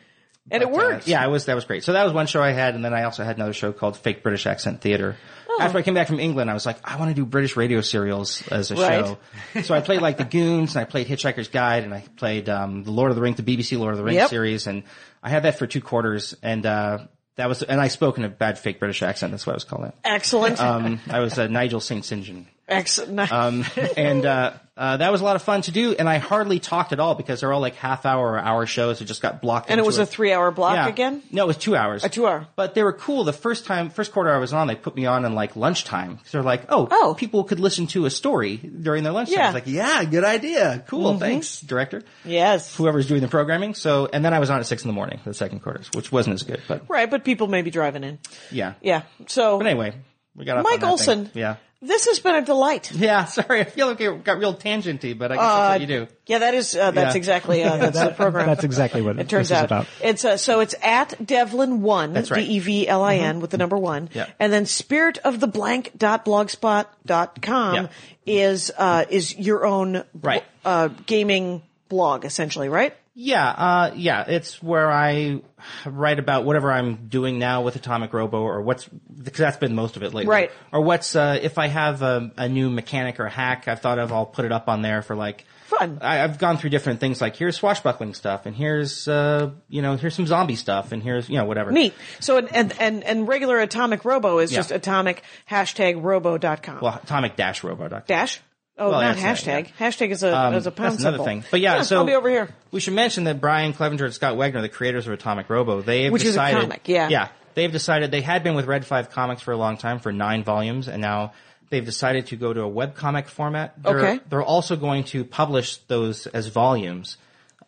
And it
But, uh,
worked.
yeah, it was that was great. So that was one show I had, and then I also had another show called Fake British Accent Theater.
Oh.
After I came back from England, I was like, I want to do British radio serials as a
Right.
show. so I played like The Goons, and I played Hitchhiker's Guide, and I played um, the Lord of the Rings, the BBC Lord of the Rings
Yep.
series, and I had that for two quarters, and uh, that was, and I spoke in a bad fake British accent. That's what I was calling it.
Excellent.
Um, I was uh, Nigel St. St. John.
Excellent.
Um, and uh, uh, that was a lot of fun to do, and I hardly talked at all because they're all like half hour or hour shows that just got blocked.
and it
into
was a three hour block
yeah.
again?
No, it was two hours. A
two hour.
But they were cool. The first time, first quarter I was on, they put me on in like lunchtime. Cause they're like, oh,
Oh.
people could listen to a story during their lunchtime.
Yeah. Mm-hmm.
I was like, yeah, good idea. Cool. Thanks, director.
Yes.
Whoever's doing the programming. So, and then I was on at six in the morning, the second quarters, which wasn't as good, but
Right, but people may be driving in.
yeah.
Yeah. So
But anyway, we got off on
Mike
that thing.
Olson.
Yeah.
This has been a delight.
Yeah. Sorry. I feel like it got real tangenty, but I guess that's
Uh,
what you do.
Yeah, that is uh, that's
Yeah.
exactly uh, that's the program.
That's exactly what
it turns
this is
out.
about.
It's uh, so it's at Devlin one.
That's right. Mm-hmm.
D E V L I N with the number one.
Yeah.
And then spirit of the blank dot blogspot dot com
Yeah.
is uh, is your own
Right.
uh, gaming blog essentially, right?
Yeah, uh, yeah, it's where I write about whatever I'm doing now with Atomic Robo or what's, because that's been most of it lately.
Right.
Or what's, uh, if I have a, a new mechanic or hack I've thought of, I'll put it up on there for like,
Fun.
I, I've gone through different things like here's swashbuckling stuff and here's, uh, you know, here's some zombie stuff and here's, you know, whatever.
Neat. So and and and, and regular atomic robo is
Yeah.
just atomic hashtag robo dot com.
Well, atomic-robo.com.
Dash. Oh,
Well,
not
that's it, Um,
hashtag. Hashtag is a is a pound
that's another
symbol.
thing. But yeah, so-
I'll be over here.
We should mention that Brian Clevenger and Scott Wagner, the creators of Atomic Robo, they have
Which is a
decided,
comic, yeah.
they've decided they had been with Red Five Comics for a long time for nine volumes, and now they've decided to go to a webcomic format. They're,
Okay.
they're also going to publish those as volumes.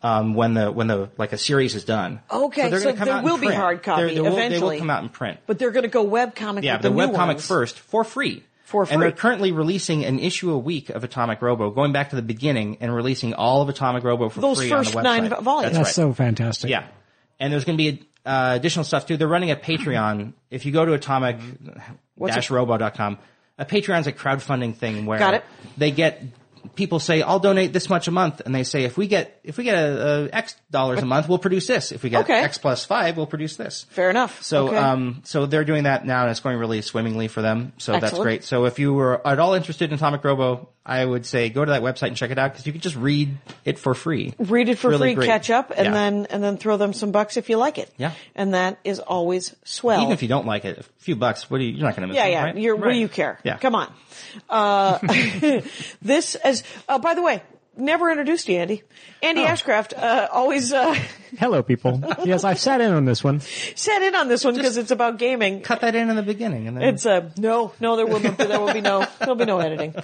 um, when the when the like a series is done.
Okay,
they're
so
gonna come
there
out in
will be
print.
hard copy
They're- they will- They
eventually.
will come out in print.
But they're going to go webcomic.
Yeah,
with
the,
the new
webcomic
ones.
first for free.
For
And they're
free.
currently releasing an issue a week of Atomic Robo, going back to the beginning and releasing all of Atomic Robo for
Those
free
first
on the
nine
website.
vo- volumes.
That's,
That's
right.
so fantastic.
yeah. And there's going to be uh, additional stuff too. They're running a Patreon. If you go to atomic robo.com, a Patreon's a crowdfunding thing where
Got it.
they get people say, I'll donate this much a month. And they say, if we get, if we get a, a X dollars a month, we'll produce this. If we get
Okay.
X plus five, we'll produce this.
Fair enough.
So,
Okay.
um, so they're doing that now, and it's going really swimmingly for them. So that's
Excellent.
great. So if you were at all interested in Atomic Robo, I would say go to that website and check it out because you can just read it for free.
read it for
Really
free,
great.
catch up, and
Yeah.
then and then throw them some bucks if you like it.
Yeah.
and that is always swell.
Even if you don't like it, a few bucks. What do you? You're not going to miss.
yeah,
it,
yeah.
right?
You're, What do
Right.
you care?
Yeah.
Come on. Uh, this as uh, by the way, never introduced you, Andy.
Oh.
Andy Ashcraft uh, always uh,
Hello, people. yes, I've sat in on this one.
sat in on this one because it's about gaming.
Cut that in in the beginning, and then
It's uh, no, no, there will not be, there will be no, there'll be no editing.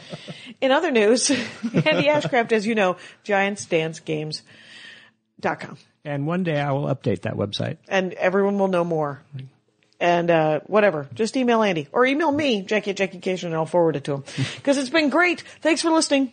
In other news, Andy Ashcraft, as you know, giantsdancegames.com.
And one day I will update that website.
and everyone will know more. And uh, whatever, just email Andy or email me, Jackie at Jackie Cation, and I'll forward it to him. Because it's been great. Thanks for listening.